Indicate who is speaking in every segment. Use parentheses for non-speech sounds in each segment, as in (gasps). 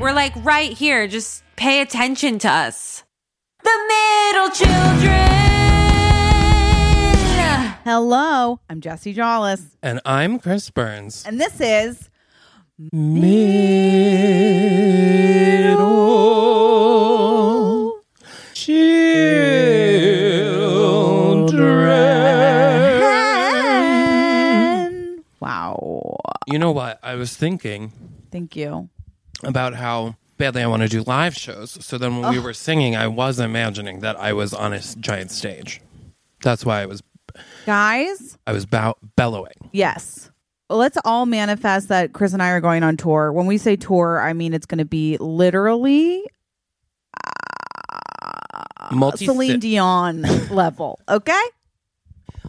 Speaker 1: right here. Just pay attention to us. The middle children.
Speaker 2: Hello, I'm Jesse Jollis,
Speaker 3: And I'm Chris Burns.
Speaker 2: and this is
Speaker 3: Middle children.
Speaker 2: Pen. Wow.
Speaker 3: You know what? I was thinking
Speaker 2: Thank you.
Speaker 3: about how badly I want to do live shows. So then when we were singing, I was imagining that I was on a s- giant stage. That's why I was
Speaker 2: Guys,
Speaker 3: I was bow- bellowing.
Speaker 2: yes. Let's all manifest that Chris and I are going on tour. When we say tour, I mean it's going to be literally Ah,
Speaker 3: Multi
Speaker 2: Celine
Speaker 3: (laughs)
Speaker 2: Dion level, okay?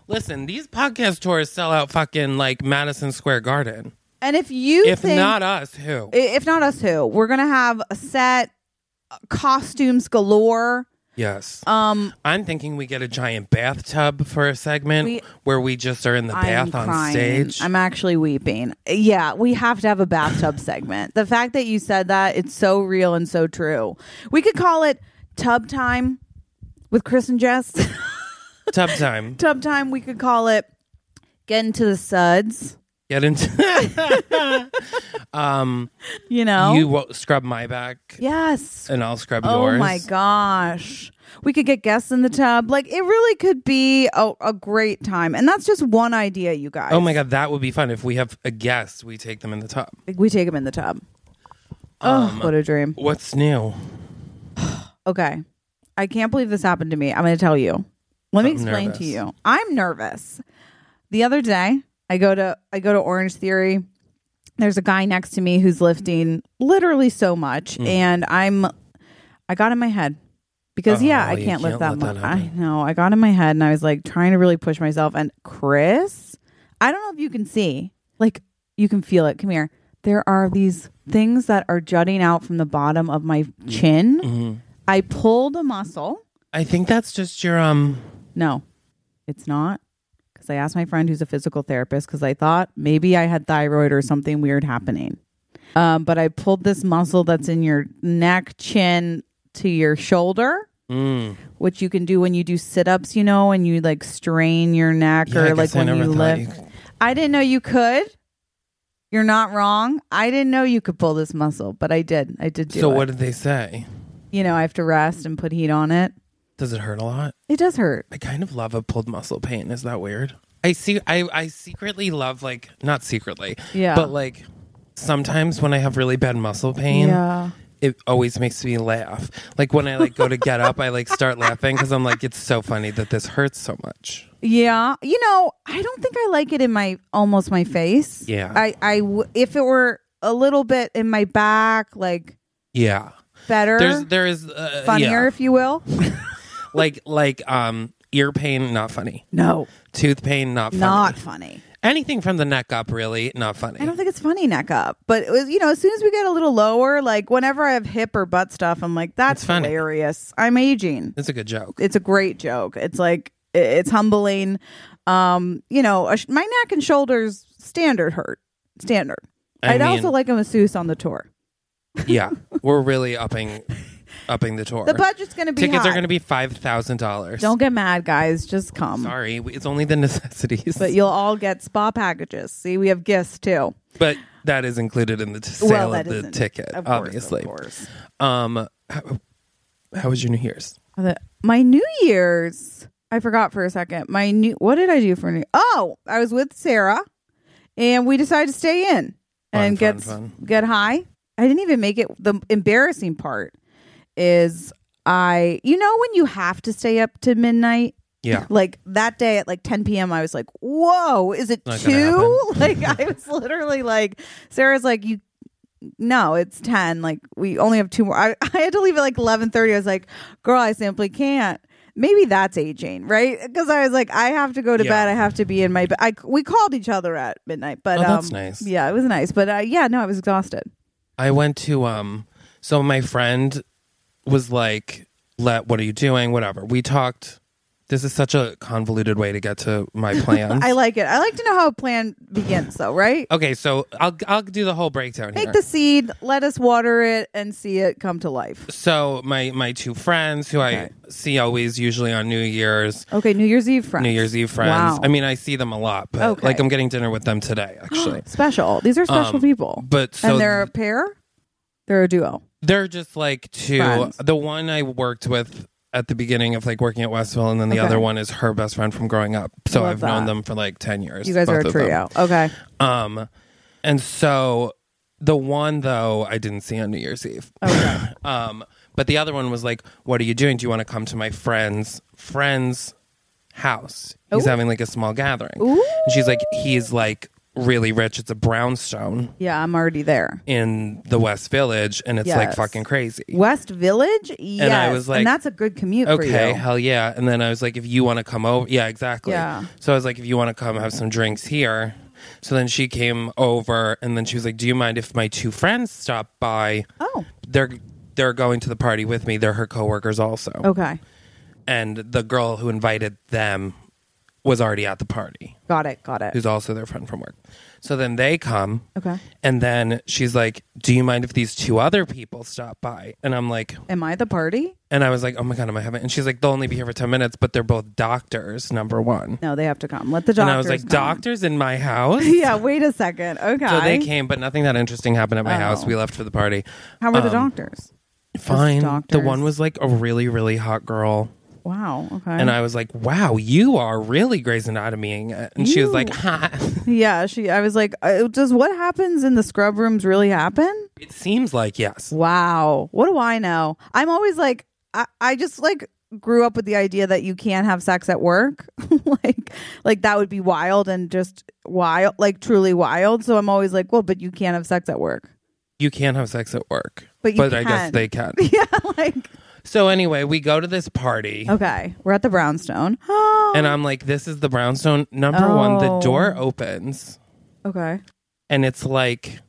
Speaker 3: Listen, these podcast tours sell out fucking like Madison Square Garden.
Speaker 2: And if you
Speaker 3: If
Speaker 2: think
Speaker 3: not us, who?
Speaker 2: I- if not us who, we're going to have a set uh, costumes galore.
Speaker 3: yes.
Speaker 2: Um
Speaker 3: Uh, I'm thinking we get a giant bathtub for a segment
Speaker 2: We-
Speaker 3: where we just are in the
Speaker 2: I'm
Speaker 3: bath on
Speaker 2: crying.
Speaker 3: stage.
Speaker 2: I'm actually weeping. Yeah, we have to have a bathtub segment. The fact that you said that, it's so real and so true. We could call it tub time with Chris and
Speaker 3: (laughs)
Speaker 2: Jess.
Speaker 3: Tub
Speaker 2: (laughs)
Speaker 3: time.
Speaker 2: tub time, we could call it get into the suds,
Speaker 3: Get into. um,
Speaker 2: you know?
Speaker 3: (laughs) You will scrub my back,
Speaker 2: yes.
Speaker 3: and I'll scrub
Speaker 2: Oh
Speaker 3: yours.
Speaker 2: my gosh. We could get guests in the tub. Like it really could be a, a great time. And that's just one idea, you guys.
Speaker 3: Oh my god, that would be fun if we have a guest. We take them in the tub.
Speaker 2: We take them in the tub.
Speaker 3: um,
Speaker 2: oh, what a dream.
Speaker 3: What's new?
Speaker 2: Okay. I can't believe this happened to me. I'm going to tell you. Let me
Speaker 3: I'm
Speaker 2: explain to
Speaker 3: nervous.
Speaker 2: you. I'm nervous. The other day, I go to I go to Orange Theory. There's a guy next to me who's lifting literally so much
Speaker 3: Mm.
Speaker 2: and I'm I got in my head because yeah,
Speaker 3: Oh,
Speaker 2: I
Speaker 3: you
Speaker 2: can't lift that
Speaker 3: can't let
Speaker 2: much.
Speaker 3: that
Speaker 2: I
Speaker 3: happen.
Speaker 2: know. I got in my head and I was like trying to really push myself and Chris, I don't know if you can see. Like you can feel it. Come here. There are these things that are jutting out from the bottom of my
Speaker 3: Mm-hmm.
Speaker 2: chin. I pulled a muscle.
Speaker 3: I think that's just your um.
Speaker 2: No, it's not. Because I asked my friend who's a physical therapist because I thought maybe I had thyroid or something weird happening. Um, but I pulled this muscle that's in your neck, chin to your shoulder,
Speaker 3: Mm.
Speaker 2: which you can do when you do sit ups, you know, and you like strain your neck
Speaker 3: Yeah, I
Speaker 2: or like
Speaker 3: guess I
Speaker 2: when you
Speaker 3: never thought
Speaker 2: lift. I didn't know you could. You're not wrong. I didn't know you could pull this muscle, but I did. I did do
Speaker 3: So
Speaker 2: it.
Speaker 3: what did they say?
Speaker 2: you know, I have to rest and put heat on it.
Speaker 3: Does it hurt a lot?
Speaker 2: It does hurt.
Speaker 3: I kind of love a pulled muscle pain. Is that weird? I see. I I secretly love like not secretly.
Speaker 2: Yeah.
Speaker 3: But like sometimes when I have really bad muscle pain,
Speaker 2: Yeah.
Speaker 3: it always makes me laugh. Like when I like go to get up, I like start laughing because I'm like, it's so funny that this hurts so much.
Speaker 2: Yeah, you know, I don't think I like it in my almost my face.
Speaker 3: Yeah.
Speaker 2: I I w- if it were a little bit in my back, like
Speaker 3: Yeah.
Speaker 2: better,
Speaker 3: There's there is uh,
Speaker 2: funnier, if you
Speaker 3: (laughs)
Speaker 2: will.
Speaker 3: Yeah. Like like um ear pain not funny.
Speaker 2: No,
Speaker 3: Tooth pain not funny.
Speaker 2: not funny.
Speaker 3: anything from the neck up really not funny.
Speaker 2: I don't think it's funny neck up, but it was, you know, as soon as we get a little lower, like whenever I have hip or butt stuff, I'm like, that's
Speaker 3: It's funny.
Speaker 2: hilarious. I'm aging.
Speaker 3: It's a
Speaker 2: (laughs)
Speaker 3: good joke.
Speaker 2: It's a great joke. It's like i- it's humbling. Um, you know, a sh- my neck and shoulders standard hurt, standard.
Speaker 3: I
Speaker 2: would
Speaker 3: mean-
Speaker 2: also like a masseuse on the tour.
Speaker 3: yeah, we're really upping upping the tour.
Speaker 2: The budget's going to be
Speaker 3: Tickets
Speaker 2: high.
Speaker 3: are going to be five thousand dollars.
Speaker 2: Don't get mad, guys. Just come.
Speaker 3: Sorry, we- it's only the (laughs) necessities.
Speaker 2: But you'll all get spa packages. See, we have gifts too.
Speaker 3: But that is included in the t- sale
Speaker 2: well, that
Speaker 3: of the
Speaker 2: isn't-
Speaker 3: ticket,
Speaker 2: of course,
Speaker 3: obviously.
Speaker 2: Of course.
Speaker 3: Um, how, how was your New Year's?
Speaker 2: The- My New Year's, I forgot for a second. My new, what did I do for New? Oh, I was with Sarah, and we decided to stay in and
Speaker 3: fun,
Speaker 2: get
Speaker 3: fun.
Speaker 2: get high. I didn't even make it. The embarrassing part is I, you know, when you have to stay up to midnight
Speaker 3: Yeah,
Speaker 2: Like that day at like 10 p.m., I was like, "Whoa, is it
Speaker 3: Not gonna
Speaker 2: two? (laughs) Like
Speaker 3: (laughs)
Speaker 2: I was literally like, Sarah's like, "You, no, it's 10. Like we only have two more." I, (laughs) I had to leave at like 11:30. I was like, "Girl, I simply can't." Maybe that's aging, right? Because I was like, I have to go to
Speaker 3: Yeah.
Speaker 2: bed. I have to be in my bed. I we called each other at midnight, but
Speaker 3: Oh,
Speaker 2: um,
Speaker 3: that's nice.
Speaker 2: Yeah, it was nice, but uh, yeah, no, I was exhausted.
Speaker 3: I went to um. So my friend was like, "Let what are you doing? Whatever." We talked This is such a convoluted way to get to my
Speaker 2: (laughs)
Speaker 3: plans.
Speaker 2: I like it. I like to know how a plan begins, though, right?
Speaker 3: okay, so I'll I'll do the whole breakdown
Speaker 2: Make
Speaker 3: here.
Speaker 2: the seed, let us water it, and see it come to life.
Speaker 3: so my my two friends who
Speaker 2: Okay.
Speaker 3: I see always usually on New Year's
Speaker 2: Okay, New Year's Eve friends.
Speaker 3: New Year's Eve friends.
Speaker 2: Wow.
Speaker 3: I mean, I see them a lot, but
Speaker 2: Okay.
Speaker 3: like I'm getting dinner with them today
Speaker 2: (gasps)
Speaker 3: actually.
Speaker 2: special. These are special
Speaker 3: Um,
Speaker 2: people.
Speaker 3: but so-
Speaker 2: and they're a pair. They're a duo.
Speaker 3: They're just like two.
Speaker 2: Friends.
Speaker 3: The one I worked with at the beginning of like working at Westville, and then the
Speaker 2: Okay.
Speaker 3: other one is her best friend from growing up. So
Speaker 2: Love
Speaker 3: I've known
Speaker 2: that.
Speaker 3: them for like ten years.
Speaker 2: You guys are a
Speaker 3: both of them.
Speaker 2: trio.
Speaker 3: (laughs)
Speaker 2: Okay.
Speaker 3: Um, and so the one though I didn't see on New Year's Eve.
Speaker 2: Okay.
Speaker 3: (laughs) Um, but the other one was like, "What are you doing? Do you want to come to my friend's friend's house? He's
Speaker 2: Ooh.
Speaker 3: having like a small gathering."
Speaker 2: Ooh.
Speaker 3: And she's like, "He's like really rich. It's a brownstone
Speaker 2: yeah, I'm already there.
Speaker 3: in the West Village, and it's like
Speaker 2: Yes.
Speaker 3: fucking crazy."
Speaker 2: West Village. Yes.
Speaker 3: I was like,
Speaker 2: and that's a good commute for you.
Speaker 3: Okay, hell yeah. And then I was like, if you want to come over, yeah, exactly.
Speaker 2: Yeah.
Speaker 3: So I was like, if you want to come have some drinks here. So then she came over and then she was like, do you mind if my two friends stop by?
Speaker 2: Oh.
Speaker 3: They're they're going to the party with me. They're her coworkers also.
Speaker 2: Okay.
Speaker 3: And the girl who invited them was already at the party,
Speaker 2: Got it. Got it.
Speaker 3: who's also their friend from work. So then they come.
Speaker 2: Okay.
Speaker 3: And then she's like, "Do you mind if these two other people stop by?" And I'm like,
Speaker 2: Am I the party?
Speaker 3: and I was like, oh my God, am I having? And she's like, they'll only be here for 10 minutes, but they're both doctors, number one.
Speaker 2: No, they have to come. Let the doctors.
Speaker 3: and I was like,
Speaker 2: come.
Speaker 3: doctors in my house?
Speaker 2: (laughs) yeah. Wait a second. Okay.
Speaker 3: So they came, but nothing that interesting happened at my
Speaker 2: Oh.
Speaker 3: house. We left for the party.
Speaker 2: How were the
Speaker 3: Um,
Speaker 2: doctors?
Speaker 3: Fine. The
Speaker 2: doctors.
Speaker 3: one was like a really, really hot girl.
Speaker 2: Wow. Okay.
Speaker 3: And I was like, wow, you are really Grey's Anatomying it. And she was like,
Speaker 2: You.
Speaker 3: ha. (laughs)
Speaker 2: yeah. She. I was like, uh, does what happens in the scrub rooms really happen?
Speaker 3: It seems like yes.
Speaker 2: Wow. What do I know? I'm always like, I, I just like grew up with the idea that you can't have sex at work. (laughs) like, like that would be wild and just wild, like truly wild. So I'm always like, well, but you can't have sex at work. (laughs)
Speaker 3: You can't have sex at work.
Speaker 2: But you
Speaker 3: I
Speaker 2: can.
Speaker 3: guess
Speaker 2: (laughs)
Speaker 3: they can.
Speaker 2: yeah. Like,
Speaker 3: so anyway, we go to this party.
Speaker 2: okay, we're at the brownstone. (gasps)
Speaker 3: And I'm like, this is the brownstone. Number one, the
Speaker 2: Oh.
Speaker 3: door opens.
Speaker 2: okay.
Speaker 3: and it's like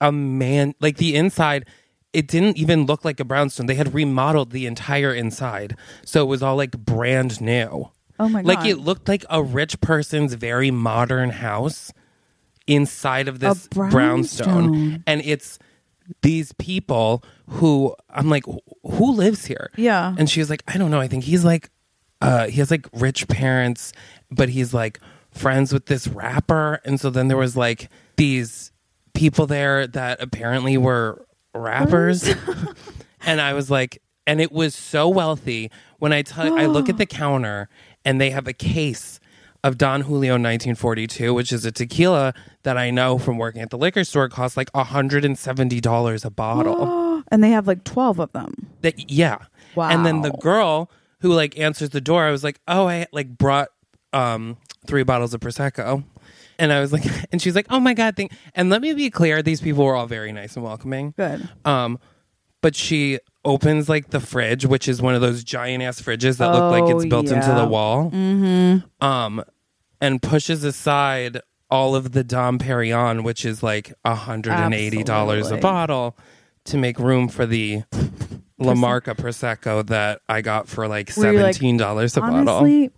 Speaker 3: a man like the inside it didn't even look like a brownstone they had remodeled the entire inside so it was all like brand new
Speaker 2: Oh my
Speaker 3: like
Speaker 2: God.
Speaker 3: it looked like a rich person's very modern house inside of this brownstone.
Speaker 2: brownstone.
Speaker 3: and it's these people who i'm like "Wh- who lives here
Speaker 2: Yeah.
Speaker 3: and she was like i don't know i think he's like uh he has like rich parents but he's like friends with this rapper and so then there was like these people there that apparently were rappers and i was like and it was so wealthy when i tell i look at the counter and they have a case of Don Julio 1942, which is a tequila that I know from working at the liquor store costs like $170 a bottle
Speaker 2: (gasps) And they have like 12 of them.
Speaker 3: that yeah and then the
Speaker 2: Wow.
Speaker 3: girl who like answers the door i was like oh i like brought um three bottles of prosecco and i was like (laughs) and she's like oh my god thank and let me be clear these people were all very nice and welcoming
Speaker 2: Good.
Speaker 3: um but she opens like the fridge which is one of those giant ass fridges that look like
Speaker 2: Oh,
Speaker 3: it's built into
Speaker 2: yeah. Mm-hmm.
Speaker 3: the wall um and pushes aside all of the dom perignon which is like $180
Speaker 2: Absolutely.
Speaker 3: a bottle to make room for the
Speaker 2: (laughs)
Speaker 3: La Marca Prosecco that I got for like
Speaker 2: Were you like,
Speaker 3: seventeen dollars a bottle.
Speaker 2: Honestly,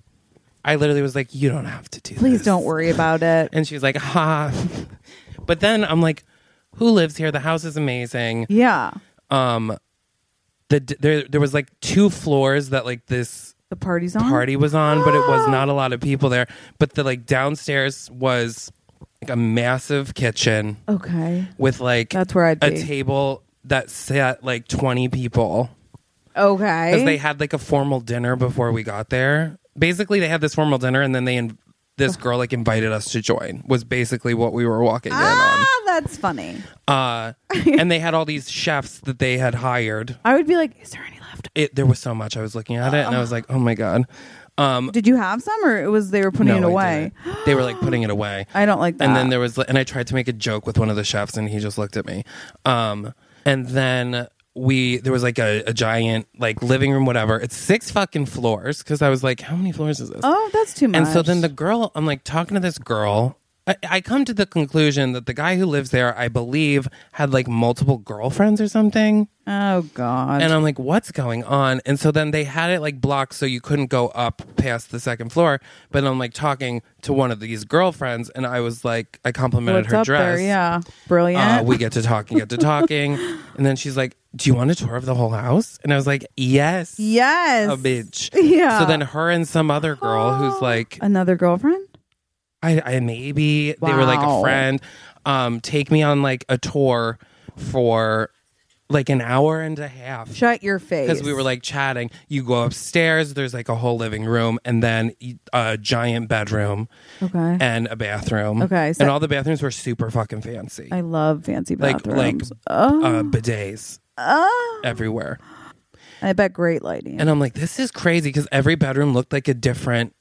Speaker 3: I literally was like, "You don't have to do
Speaker 2: please
Speaker 3: this."
Speaker 2: don't worry about it.
Speaker 3: (laughs) And she's like, "Ha!" But then I'm like, "Who lives here? The house is amazing."
Speaker 2: Yeah.
Speaker 3: Um, the there there was like two floors that like this
Speaker 2: The party's on.
Speaker 3: party was on, but it was not a lot of people there. But the like downstairs was like a massive kitchen
Speaker 2: Okay.
Speaker 3: with like
Speaker 2: That's where I'd
Speaker 3: a
Speaker 2: be.
Speaker 3: table that sat like twenty people.
Speaker 2: Okay.
Speaker 3: because
Speaker 2: Eh?
Speaker 3: they had like a formal dinner before we got there. Basically, they had this formal dinner, and then they inv- this girl like invited us to join. Was basically what we were walking
Speaker 2: ah, that's funny.
Speaker 3: in on. Uh, and they had all these chefs that they had hired.
Speaker 2: I would be like, is there any left?
Speaker 3: It there was so much I was looking at it, and I was like, oh my god. Um,
Speaker 2: Did you have some, or it was they were putting
Speaker 3: no,
Speaker 2: it
Speaker 3: I
Speaker 2: away?
Speaker 3: didn't. They were like putting it away.
Speaker 2: (gasps) I don't like that.
Speaker 3: And then there was, and I tried to make a joke with one of the chefs, and he just looked at me. Um, and then we, there was like a, a giant like living room, whatever. It's six fucking floors because I was like, how many floors is this?
Speaker 2: oh, that's too much.
Speaker 3: And so then the girl, I'm like talking to this girl I, I come to the conclusion that the guy who lives there, I believe, had like multiple girlfriends or something.
Speaker 2: Oh God.
Speaker 3: And I'm like, what's going on? And so then they had it like blocked so you couldn't go up past the second floor. But I'm like talking to one of these girlfriends, and I was like, I complimented
Speaker 2: What's
Speaker 3: her
Speaker 2: up
Speaker 3: dress.
Speaker 2: there? Yeah. Brilliant.
Speaker 3: Uh, we get to talking, get to
Speaker 2: (laughs)
Speaker 3: talking. and then she's like, Do you want a tour of the whole house? And I was like, Yes.
Speaker 2: yes.
Speaker 3: A bitch.
Speaker 2: Yeah.
Speaker 3: So then her and some other girl
Speaker 2: (gasps)
Speaker 3: who's like,
Speaker 2: Another girlfriend?
Speaker 3: I, I maybe they were like a
Speaker 2: Wow.
Speaker 3: friend, um, take me on like a tour for like an hour and a half
Speaker 2: Shut your face.
Speaker 3: because we were like chatting. You go upstairs. There's like a whole living room, and then a giant bedroom
Speaker 2: Okay.
Speaker 3: and a bathroom.
Speaker 2: Okay, so-
Speaker 3: and all the bathrooms were super fucking fancy,
Speaker 2: I love fancy
Speaker 3: like
Speaker 2: bathrooms.
Speaker 3: like
Speaker 2: oh,
Speaker 3: uh, bidets
Speaker 2: oh.
Speaker 3: everywhere.
Speaker 2: I bet great lighting.
Speaker 3: And I'm like, this is crazy because every bedroom looked like a different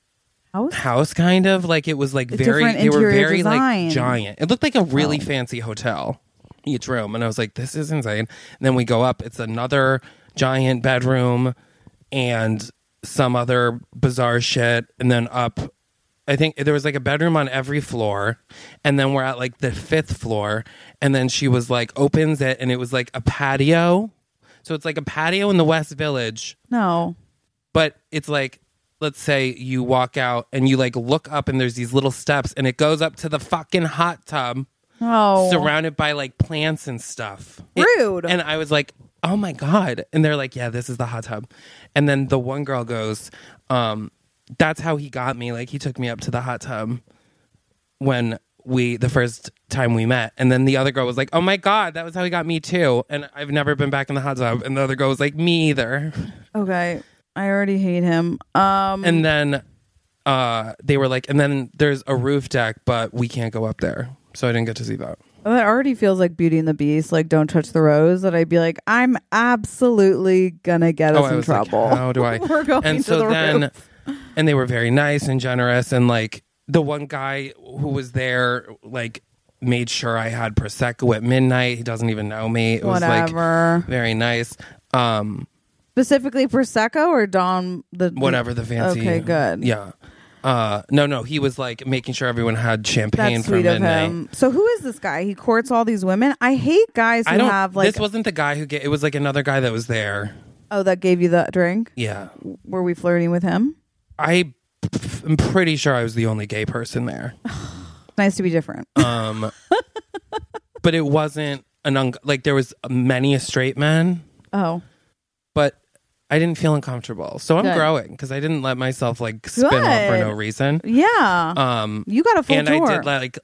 Speaker 2: House?
Speaker 3: house, kind of like it was like very.
Speaker 2: different
Speaker 3: They were
Speaker 2: interior
Speaker 3: very
Speaker 2: design. Oh.
Speaker 3: like giant. It looked like a really fancy hotel. Each room, and I was like, this is insane. And then we go up. It's another giant bedroom, and some other bizarre shit, and then up. I think there was like a bedroom on every floor, and then we're at like the fifth floor, and then she was like opens it, and it was like a patio. So it's like a patio in the West Village,
Speaker 2: No.
Speaker 3: but it's like let's say you walk out and you like look up and there's these little steps and it goes up to the fucking hot tub
Speaker 2: No.
Speaker 3: surrounded by like plants and stuff It-
Speaker 2: Oh. Rude.
Speaker 3: and i was like oh my god and they're like yeah this is the hot tub and then the one girl goes um that's how he got me like he took me up to the hot tub when we the first time we met and then the other girl was like oh my god that was how he got me too and i've never been back in the hot tub and the other girl was like me either
Speaker 2: okay. I already hate him. Um.
Speaker 3: and then uh they were like and then there's a roof deck but we can't go up there so i didn't get to see that
Speaker 2: that Oh, already feels like Beauty and the Beast. Like, don't touch the rose. That I'd be like, I'm absolutely gonna get us
Speaker 3: Oh, I
Speaker 2: in
Speaker 3: was like,
Speaker 2: trouble.
Speaker 3: how do i
Speaker 2: (laughs) We're going
Speaker 3: and
Speaker 2: to
Speaker 3: so
Speaker 2: the
Speaker 3: then
Speaker 2: roof.
Speaker 3: (laughs) and they were very nice and generous and like the one guy who was there like made sure i had prosecco at midnight he doesn't even know me it was like
Speaker 2: Whatever.
Speaker 3: very nice um
Speaker 2: Specifically prosecco or Don the
Speaker 3: whatever the fancy
Speaker 2: Okay, good.
Speaker 3: yeah uh no no he was like making sure everyone had champagne
Speaker 2: That's
Speaker 3: for
Speaker 2: sweet of
Speaker 3: midnight
Speaker 2: him. So who is this guy? He courts all these women. I hate guys who
Speaker 3: I don't.
Speaker 2: have like
Speaker 3: this wasn't the guy who. Ga- it was like another guy that was there.
Speaker 2: oh that gave you the drink.
Speaker 3: Yeah,
Speaker 2: Were we flirting with him?
Speaker 3: I am pretty sure I was the only gay person there.
Speaker 2: Nice to be different. (laughs)
Speaker 3: Um, but it wasn't an un- like there was many a straight men,
Speaker 2: oh,
Speaker 3: but I didn't feel uncomfortable. So I'm
Speaker 2: Good.
Speaker 3: growing because I didn't let myself like spin off for
Speaker 2: Good.
Speaker 3: no reason.
Speaker 2: yeah.
Speaker 3: Um,
Speaker 2: you got a full
Speaker 3: and
Speaker 2: tour.
Speaker 3: I did like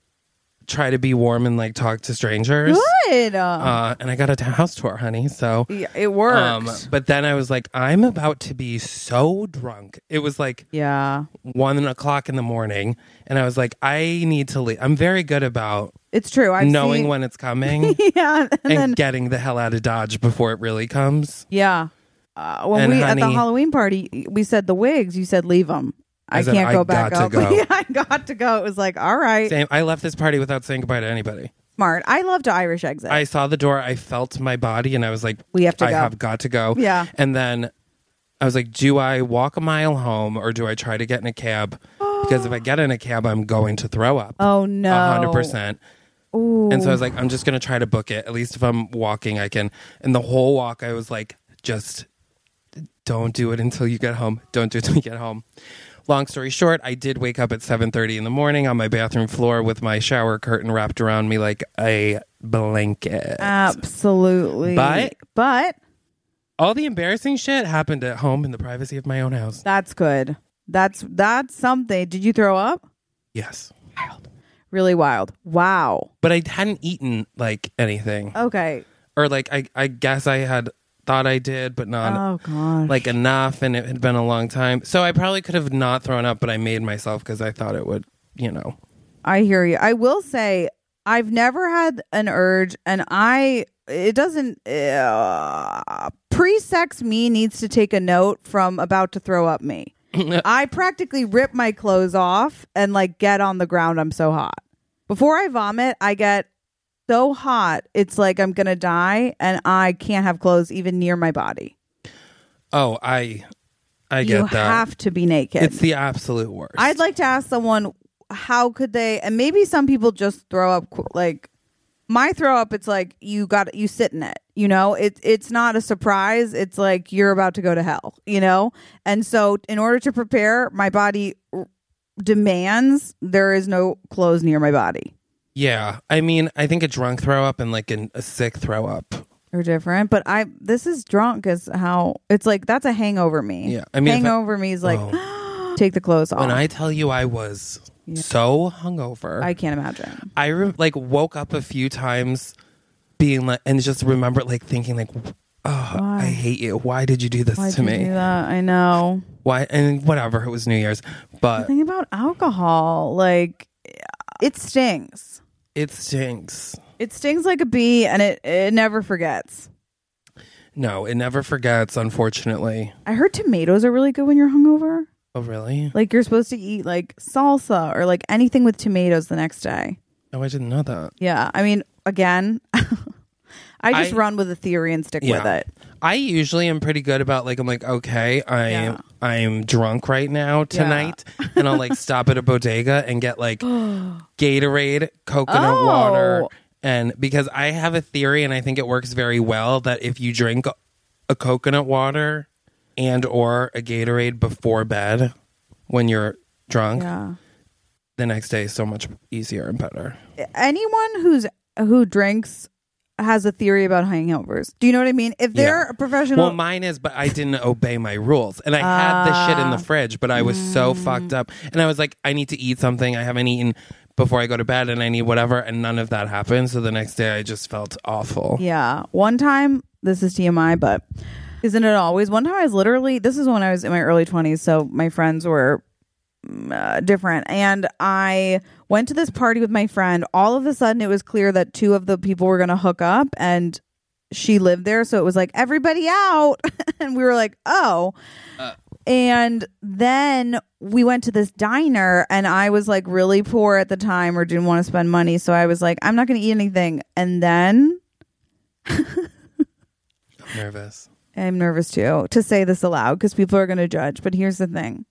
Speaker 3: try to be warm and like talk to strangers.
Speaker 2: Good.
Speaker 3: Uh, and I got a t- house tour, honey. So
Speaker 2: yeah, it works.
Speaker 3: Um, but then I was like, I'm about to be so drunk. It was like
Speaker 2: yeah,
Speaker 3: one o'clock in the morning, and I was like, I need to leave. I'm very good about
Speaker 2: it's true. I've
Speaker 3: knowing
Speaker 2: seen-
Speaker 3: when
Speaker 2: (laughs)
Speaker 3: it's coming
Speaker 2: yeah, and,
Speaker 3: and
Speaker 2: then
Speaker 3: getting the hell out of Dodge before it really comes.
Speaker 2: yeah. Uh, when
Speaker 3: And
Speaker 2: we at the
Speaker 3: honey-
Speaker 2: Halloween party, we said the wigs. You said leave them. I,
Speaker 3: I said,
Speaker 2: can't
Speaker 3: "I
Speaker 2: go back
Speaker 3: got
Speaker 2: up. (laughs)
Speaker 3: to go.
Speaker 2: yeah, I got to go. It was like all right,
Speaker 3: Same. I left this party without saying goodbye to anybody.
Speaker 2: smart. I loved Irish exit.
Speaker 3: I saw the door. I felt my body, and I was like,
Speaker 2: We have to
Speaker 3: I
Speaker 2: go.
Speaker 3: have got to go.
Speaker 2: Yeah.
Speaker 3: And then I was like, Do I walk a mile home or do I try to get in
Speaker 2: (gasps)
Speaker 3: a cab? Because if I get in a cab, I'm going to throw up.
Speaker 2: oh no,
Speaker 3: A hundred percent. And so I was like, I'm just gonna try to book it. At least if I'm walking, I can. And the whole walk, I was like, just don't do it until you get home. Don't do it (laughs) until you get home. Long story short, I did wake up at 7:30 in the morning on my bathroom floor with my shower curtain wrapped around me like a blanket.
Speaker 2: Uh. Absolutely.
Speaker 3: But-
Speaker 2: but
Speaker 3: All the embarrassing shit happened at home in the privacy of my own house.
Speaker 2: that's good. That's that's something. Did you throw up?
Speaker 3: Yes,
Speaker 2: Really wild. Wow.
Speaker 3: but I hadn't eaten like
Speaker 2: Uh.
Speaker 3: anything,
Speaker 2: Okay.
Speaker 3: or like I, I guess I had thought I did, but not.
Speaker 2: Oh god.
Speaker 3: like enough and it had been a long time. So I probably could have not thrown up, but I made myself because I thought it would, you know.
Speaker 2: (laughs) I hear you. I will say I've never had an urge, and I it doesn't uh, pre-sex me needs to take a note from about to throw up me. I practically rip my clothes off and like get on the ground. I'm so hot. Before I vomit, I get so hot it's like I'm gonna die, and I can't have clothes even near my body.
Speaker 3: Oh, I I get
Speaker 2: you
Speaker 3: that.
Speaker 2: have to be naked.
Speaker 3: it's the absolute worst.
Speaker 2: I'd like to ask someone how could they? And maybe some people just throw up qu- like my throw up. It's like you got you sit in it. You know, it it's not a surprise. It's like you're about to go to hell. You know, and so in order to prepare, my body r- demands there is no clothes near my body.
Speaker 3: Yeah. I mean, I think a drunk throw up and like an, a sick throw up.
Speaker 2: They're different, but I this is drunk is how it's like that's a hangover me.
Speaker 3: Yeah, I mean, if I- Oh.
Speaker 2: hangover me is like (gasps) take the clothes off.
Speaker 3: When I tell you I was so hungover,
Speaker 2: I
Speaker 3: I,
Speaker 2: can't imagine.
Speaker 3: I re- like woke up a few times being like, and just remember like thinking like, oh, I hate you. Why did you do this
Speaker 2: Why'd
Speaker 3: to
Speaker 2: you
Speaker 3: me?
Speaker 2: do that? I know.
Speaker 3: Why? And whatever, it was New Year's, but
Speaker 2: Thing about alcohol, like it stings.
Speaker 3: it stinks.
Speaker 2: It stings like a bee, and it it never forgets.
Speaker 3: No, it never forgets, unfortunately.
Speaker 2: I heard tomatoes are really good when you're hungover.
Speaker 3: Oh, really?
Speaker 2: Like you're supposed to eat like salsa or like anything with tomatoes the next day.
Speaker 3: Oh, I didn't know that.
Speaker 2: Yeah, I mean, again, (laughs) I just
Speaker 3: I-
Speaker 2: run with a theory and stick with it.
Speaker 3: I usually am pretty good about like I'm like okay I
Speaker 2: Yeah.
Speaker 3: am I'm drunk right now tonight and I'll like stop at a bodega and get (gasps) like Gatorade, coconut
Speaker 2: Oh.
Speaker 3: water and because I have a theory and I think it works very well that if you drink a coconut water and or a Gatorade before bed when you're drunk
Speaker 2: Yeah.
Speaker 3: the next day is so much easier and better.
Speaker 2: anyone who's who drinks has a theory about hangovers. Do you know what I mean? If they're
Speaker 3: Yeah.
Speaker 2: a professional,
Speaker 3: Well, mine is, but I didn't obey my rules. And I had the shit in
Speaker 2: Ah.
Speaker 3: the fridge, but I was so
Speaker 2: Mm.
Speaker 3: fucked up. And I was like, I need to eat something. I haven't eaten before I go to bed and I need whatever. And none of that happened. So the next day I just felt awful.
Speaker 2: yeah. One time, this is TMI, but isn't it always? One time, I was literally. This is when I was in my early twenties, so my friends were mm, uh, different, and I went to this party with my friend. All of a sudden, it was clear that two of the people were going to hook up, and she lived there, so it was like everybody out, (laughs) and we were like, oh. And then we went to this diner, and I was like really poor at the time or didn't want to spend money. So I was like, I'm not going to eat anything. And then
Speaker 3: I'm nervous.
Speaker 2: I'm nervous too to say this aloud because people are going to judge. But here's the thing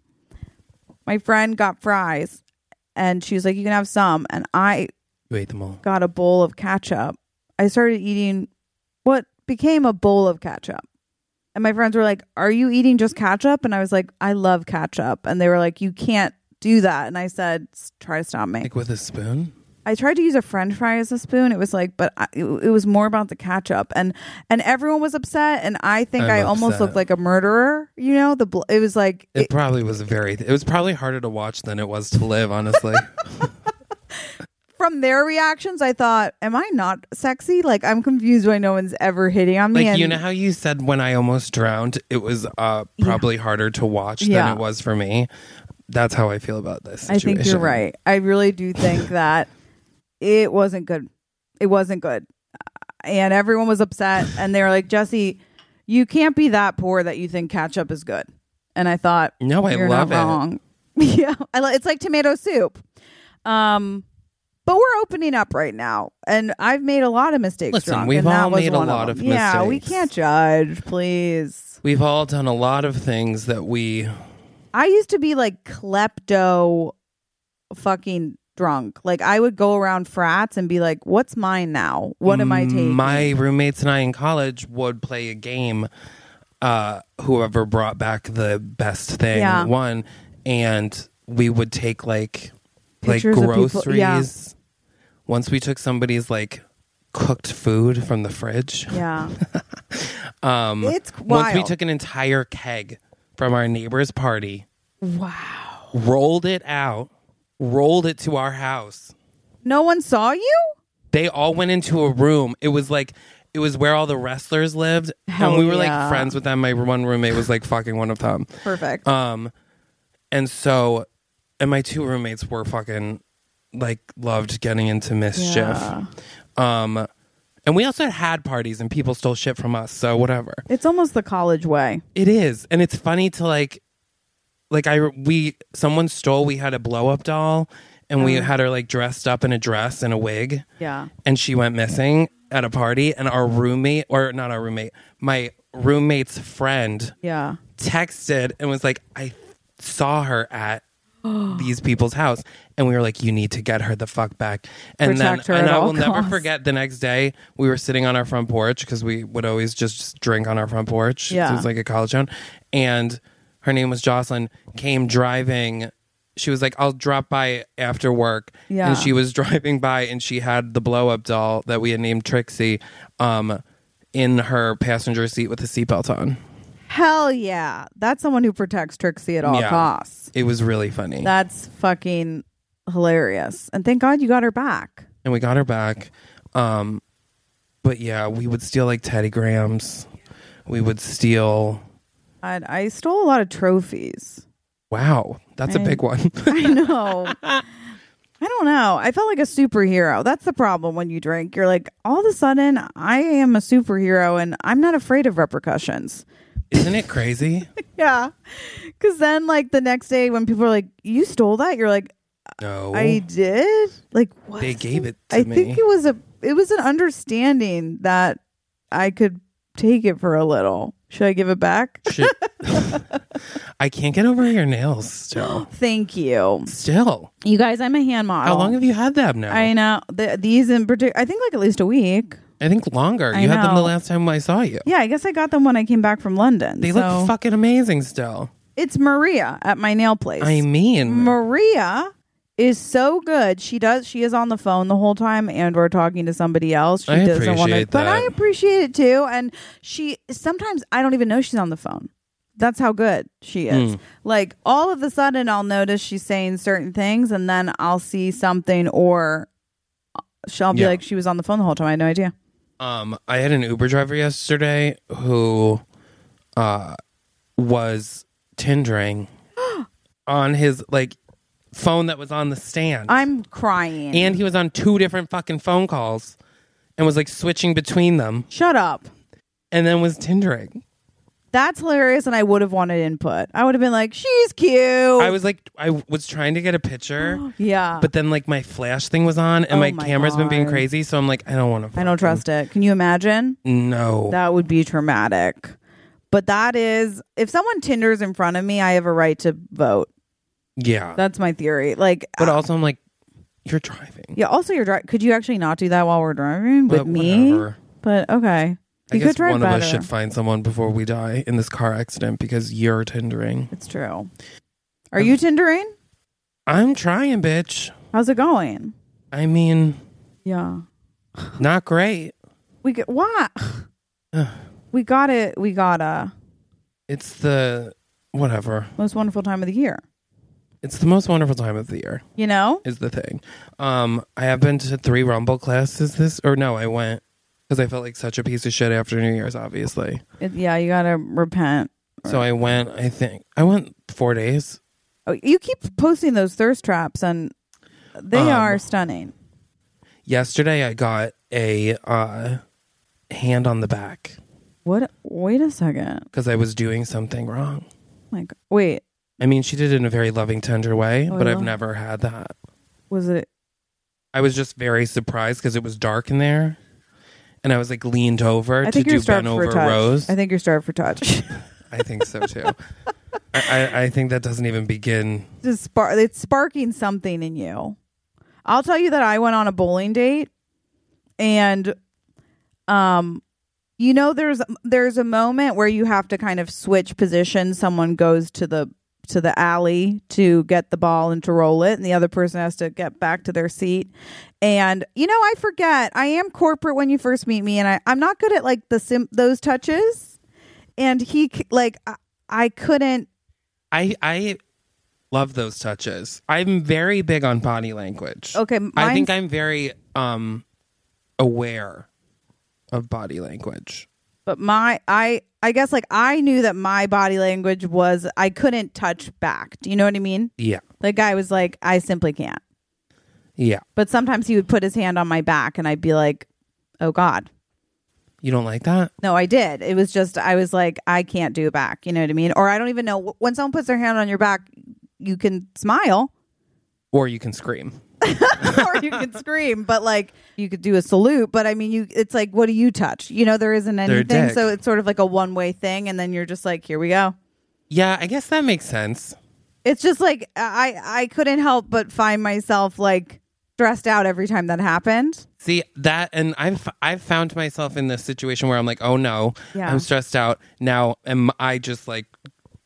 Speaker 2: my friend got fries, and she was like, You can have some. And I
Speaker 3: You ate them all.
Speaker 2: got a bowl of ketchup. I started eating what became a bowl of ketchup. And my friends were like, Are you eating just ketchup? And I was like, I love ketchup. And they were like, You can't do that. And I said, "S- Try to stop me.
Speaker 3: Like with a spoon?
Speaker 2: I tried to use a french fry as a spoon. It was like, but I, it, it was more about the ketchup. And and everyone was upset. And I think
Speaker 3: I'm
Speaker 2: I almost
Speaker 3: upset.
Speaker 2: looked like a murderer. You know, the bl- it was like,
Speaker 3: It, probably was very, it was probably harder to watch than it was to
Speaker 2: (laughs)
Speaker 3: live, honestly.
Speaker 2: from their reactions, I thought, Am I not sexy? Like, I'm confused why no one's ever hitting on me.
Speaker 3: like, you
Speaker 2: And-
Speaker 3: know how you said when I almost drowned, it was uh, probably harder to watch
Speaker 2: Yeah.
Speaker 3: than it was for me? That's how I feel about this.
Speaker 2: I think you're
Speaker 3: situation.
Speaker 2: right. I really do think
Speaker 3: (laughs)
Speaker 2: that it wasn't good. It wasn't good. And everyone was
Speaker 3: (laughs)
Speaker 2: upset and they were like, Jesse, you can't be that poor that you think ketchup is good. And I thought,
Speaker 3: No, I
Speaker 2: you're
Speaker 3: love it.
Speaker 2: not wrong. (laughs) yeah, I lo- it's like tomato soup. Um, but we're opening up right now, and I've made a lot of mistakes.
Speaker 3: Listen,
Speaker 2: drunk,
Speaker 3: we've
Speaker 2: and that
Speaker 3: all
Speaker 2: was
Speaker 3: made a
Speaker 2: one
Speaker 3: lot
Speaker 2: them.
Speaker 3: of
Speaker 2: Yeah, we
Speaker 3: mistakes.
Speaker 2: can't judge, please.
Speaker 3: We've all done a lot of things that we
Speaker 2: I used to be like klepto fucking drunk. Like I would go around frats and be like, what's mine now? What am I taking?
Speaker 3: my roommates and I in college would play a game. Uh, whoever brought back the best thing
Speaker 2: Yeah.
Speaker 3: won, and we would take like
Speaker 2: Pictures
Speaker 3: like
Speaker 2: of people-
Speaker 3: groceries.
Speaker 2: yeah.
Speaker 3: Once we took somebody's like cooked food from the fridge.
Speaker 2: yeah.
Speaker 3: Um,
Speaker 2: It's
Speaker 3: (laughs) once we
Speaker 2: wild.
Speaker 3: took an entire keg from our neighbor's party,
Speaker 2: wow.
Speaker 3: rolled it out, rolled it to our house.
Speaker 2: No one saw you?
Speaker 3: they all went into a room. It was like it was where all the wrestlers lived,
Speaker 2: Hell
Speaker 3: and we were
Speaker 2: yeah.
Speaker 3: like friends with them. My one roommate was like fucking one of them,
Speaker 2: Perfect.
Speaker 3: um, and so and my two roommates were fucking like loved getting into mischief,
Speaker 2: Yeah.
Speaker 3: um, and we also had parties and people stole shit from us, so whatever.
Speaker 2: it's almost the college way.
Speaker 3: It is, and it's funny to like, like I we someone stole. We had a blow up doll, and
Speaker 2: Oh.
Speaker 3: we had her like dressed up in a dress and a wig
Speaker 2: Yeah.
Speaker 3: and she went missing at a party and our roommate or not our roommate my roommate's friend
Speaker 2: Yeah. (gasps)
Speaker 3: texted and was like i saw her at these people's house and we were like, "You need to get her the fuck back." And
Speaker 2: Protect her
Speaker 3: then, and
Speaker 2: at
Speaker 3: I
Speaker 2: all
Speaker 3: will never
Speaker 2: costs.
Speaker 3: forget. The next day, we were sitting on our front porch because we would always just drink on our front porch.
Speaker 2: Yeah.
Speaker 3: it was like a college town, and her name was Jocelyn. Came driving. She was like, "I'll drop by after work."
Speaker 2: Yeah.
Speaker 3: and she was (laughs) driving by, and she had the blow up doll that we had named Trixie, um, in her passenger seat with a seatbelt on.
Speaker 2: Hell yeah. That's someone who protects Trixie at all
Speaker 3: Yeah.
Speaker 2: costs.
Speaker 3: It was really funny.
Speaker 2: That's fucking hilarious. And thank God you got her back.
Speaker 3: and we got her back. Um, but yeah, we would steal like Teddy Grahams. We would steal.
Speaker 2: I, I stole a lot of trophies.
Speaker 3: Wow, that's a
Speaker 2: I-
Speaker 3: big one.
Speaker 2: (laughs)
Speaker 3: (laughs)
Speaker 2: I know. I don't know. I felt like a superhero. That's the problem when you drink. You're like, all of a sudden, I am a superhero and I'm not afraid of repercussions.
Speaker 3: Isn't it crazy?
Speaker 2: Yeah. Because then, like, the next day when people are like, you stole that, you're like,
Speaker 3: No,
Speaker 2: I did. Like what?
Speaker 3: Oh. They gave it to
Speaker 2: I
Speaker 3: me.
Speaker 2: think it was a it was an understanding that I could take it for a little. Should I give it back?
Speaker 3: Shit. (laughs) I can't get over your nails still.
Speaker 2: (gasps) Thank you.
Speaker 3: Still,
Speaker 2: You guys, I'm a hand model.
Speaker 3: how long have you had them now?
Speaker 2: Oh. I know the, these in particular. I think like at least a week.
Speaker 3: I think longer.
Speaker 2: I
Speaker 3: you had them the
Speaker 2: know.
Speaker 3: last time I saw you.
Speaker 2: Yeah, I guess I got them when I came back from London.
Speaker 3: They
Speaker 2: so-
Speaker 3: look fucking amazing still.
Speaker 2: It's Maria at my nail place.
Speaker 3: I mean,
Speaker 2: Maria is so good. She does. She is on the phone the whole time, and or talking to somebody else. She
Speaker 3: I
Speaker 2: doesn't want to,
Speaker 3: appreciate
Speaker 2: but I
Speaker 3: that.
Speaker 2: appreciate it too. And she sometimes I don't even know she's on the phone. That's how good she is.
Speaker 3: Hmm.
Speaker 2: Like all of a sudden, I'll notice she's saying certain things, and then I'll see something, or she'll be
Speaker 3: Yeah.
Speaker 2: like, "She was on the phone the whole time. I had no idea."
Speaker 3: Um, I had an Uber driver yesterday who uh was
Speaker 2: (gasps)
Speaker 3: Tindering on his like phone that was on the stand.
Speaker 2: I'm crying.
Speaker 3: and he was on two different fucking phone calls and was like switching between them
Speaker 2: Shut up.
Speaker 3: and then was Tindering.
Speaker 2: That's hilarious, and I would have wanted input. I would have been like, "She's cute."
Speaker 3: I was like I was trying to get
Speaker 2: (gasps)
Speaker 3: a picture,
Speaker 2: yeah,
Speaker 3: but then like my flash thing was on and
Speaker 2: Oh
Speaker 3: my,
Speaker 2: my
Speaker 3: camera's been being
Speaker 2: God.
Speaker 3: crazy, so I'm like, I don't want to
Speaker 2: I don't trust it. Can you imagine?
Speaker 3: No.
Speaker 2: That would be traumatic. But that is, if someone Tinders in front of me, I have a right to vote.
Speaker 3: yeah.
Speaker 2: That's my theory. Like,
Speaker 3: but uh, also I'm like, You're driving.
Speaker 2: yeah. Also, you're driving. Could you actually not do that while we're driving with
Speaker 3: But
Speaker 2: me?
Speaker 3: whatever.
Speaker 2: But okay,
Speaker 3: I
Speaker 2: you
Speaker 3: guess
Speaker 2: could drive
Speaker 3: one
Speaker 2: better.
Speaker 3: of us should find someone before we die in this car accident because you're tindering.
Speaker 2: it's
Speaker 3: (sighs)
Speaker 2: true. Are you Tindering?
Speaker 3: I'm trying, bitch.
Speaker 2: How's it going?
Speaker 3: I mean,
Speaker 2: Yeah.
Speaker 3: not great.
Speaker 2: We get (sighs) what? we got it. We got a
Speaker 3: It's the whatever.
Speaker 2: most wonderful time of the year.
Speaker 3: It's the most wonderful time of the year.
Speaker 2: You know?
Speaker 3: Is the thing. Um, I have been to three Rumble classes this, or no, I went because I felt like such a piece of shit after New Year's, obviously.
Speaker 2: It, yeah, you gotta repent.
Speaker 3: So I went. I think I went four days.
Speaker 2: Oh, you keep posting those thirst traps, and they
Speaker 3: Um,
Speaker 2: are stunning.
Speaker 3: Yesterday, I got a uh, hand on the back
Speaker 2: What? Wait a second.
Speaker 3: because I was doing something wrong.
Speaker 2: Like, wait,
Speaker 3: I mean, she did it in a very loving, tender way,
Speaker 2: Oh,
Speaker 3: but
Speaker 2: I
Speaker 3: I've
Speaker 2: love-
Speaker 3: never had that.
Speaker 2: was it?
Speaker 3: I was just very surprised because it was dark in there, and I was like leaned over
Speaker 2: I
Speaker 3: to
Speaker 2: think you're
Speaker 3: do
Speaker 2: starved
Speaker 3: bent
Speaker 2: for
Speaker 3: over
Speaker 2: touch.
Speaker 3: rows.
Speaker 2: I think you're starved for touch. (laughs)
Speaker 3: I think so too. (laughs) I, I, I think that doesn't even begin.
Speaker 2: Just spark. It's sparking something in you. I'll tell you that I went on a bowling date, and um, you know, there's there's a moment where you have to kind of switch positions. Someone goes to the to the alley to get the ball and to roll it, and the other person has to get back to their seat. And you know, I forget. I am corporate when you first meet me, and I I'm not good at like the sim those touches. And he c- like I, I couldn't
Speaker 3: I I love those touches. I'm very big on body language.
Speaker 2: Okay,
Speaker 3: I think
Speaker 2: mine's-
Speaker 3: I'm very um aware of body language.
Speaker 2: but my i i guess like i knew that my body language was i couldn't touch back do you know what i mean
Speaker 3: Yeah,
Speaker 2: the guy was like i simply can't
Speaker 3: yeah.
Speaker 2: but sometimes he would put his hand on my back and i'd be like oh god
Speaker 3: You don't like that?
Speaker 2: no i did it was just i was like i can't do back you know what i mean or i don't even know when someone puts their hand on your back you can smile (laughs)
Speaker 3: Or you can scream.
Speaker 2: or you can scream but like you could do a salute but i mean you it's like what do you touch you know there isn't
Speaker 3: Their
Speaker 2: anything
Speaker 3: dick.
Speaker 2: so it's sort of like a one way thing and then you're just like here we go
Speaker 3: Yeah, I guess that makes sense.
Speaker 2: It's just like I I couldn't help but find myself like stressed out every time that happened.
Speaker 3: See that, and I've I've found myself in this situation where I'm like, oh no,
Speaker 2: Yeah.
Speaker 3: I'm stressed out now. Am I just like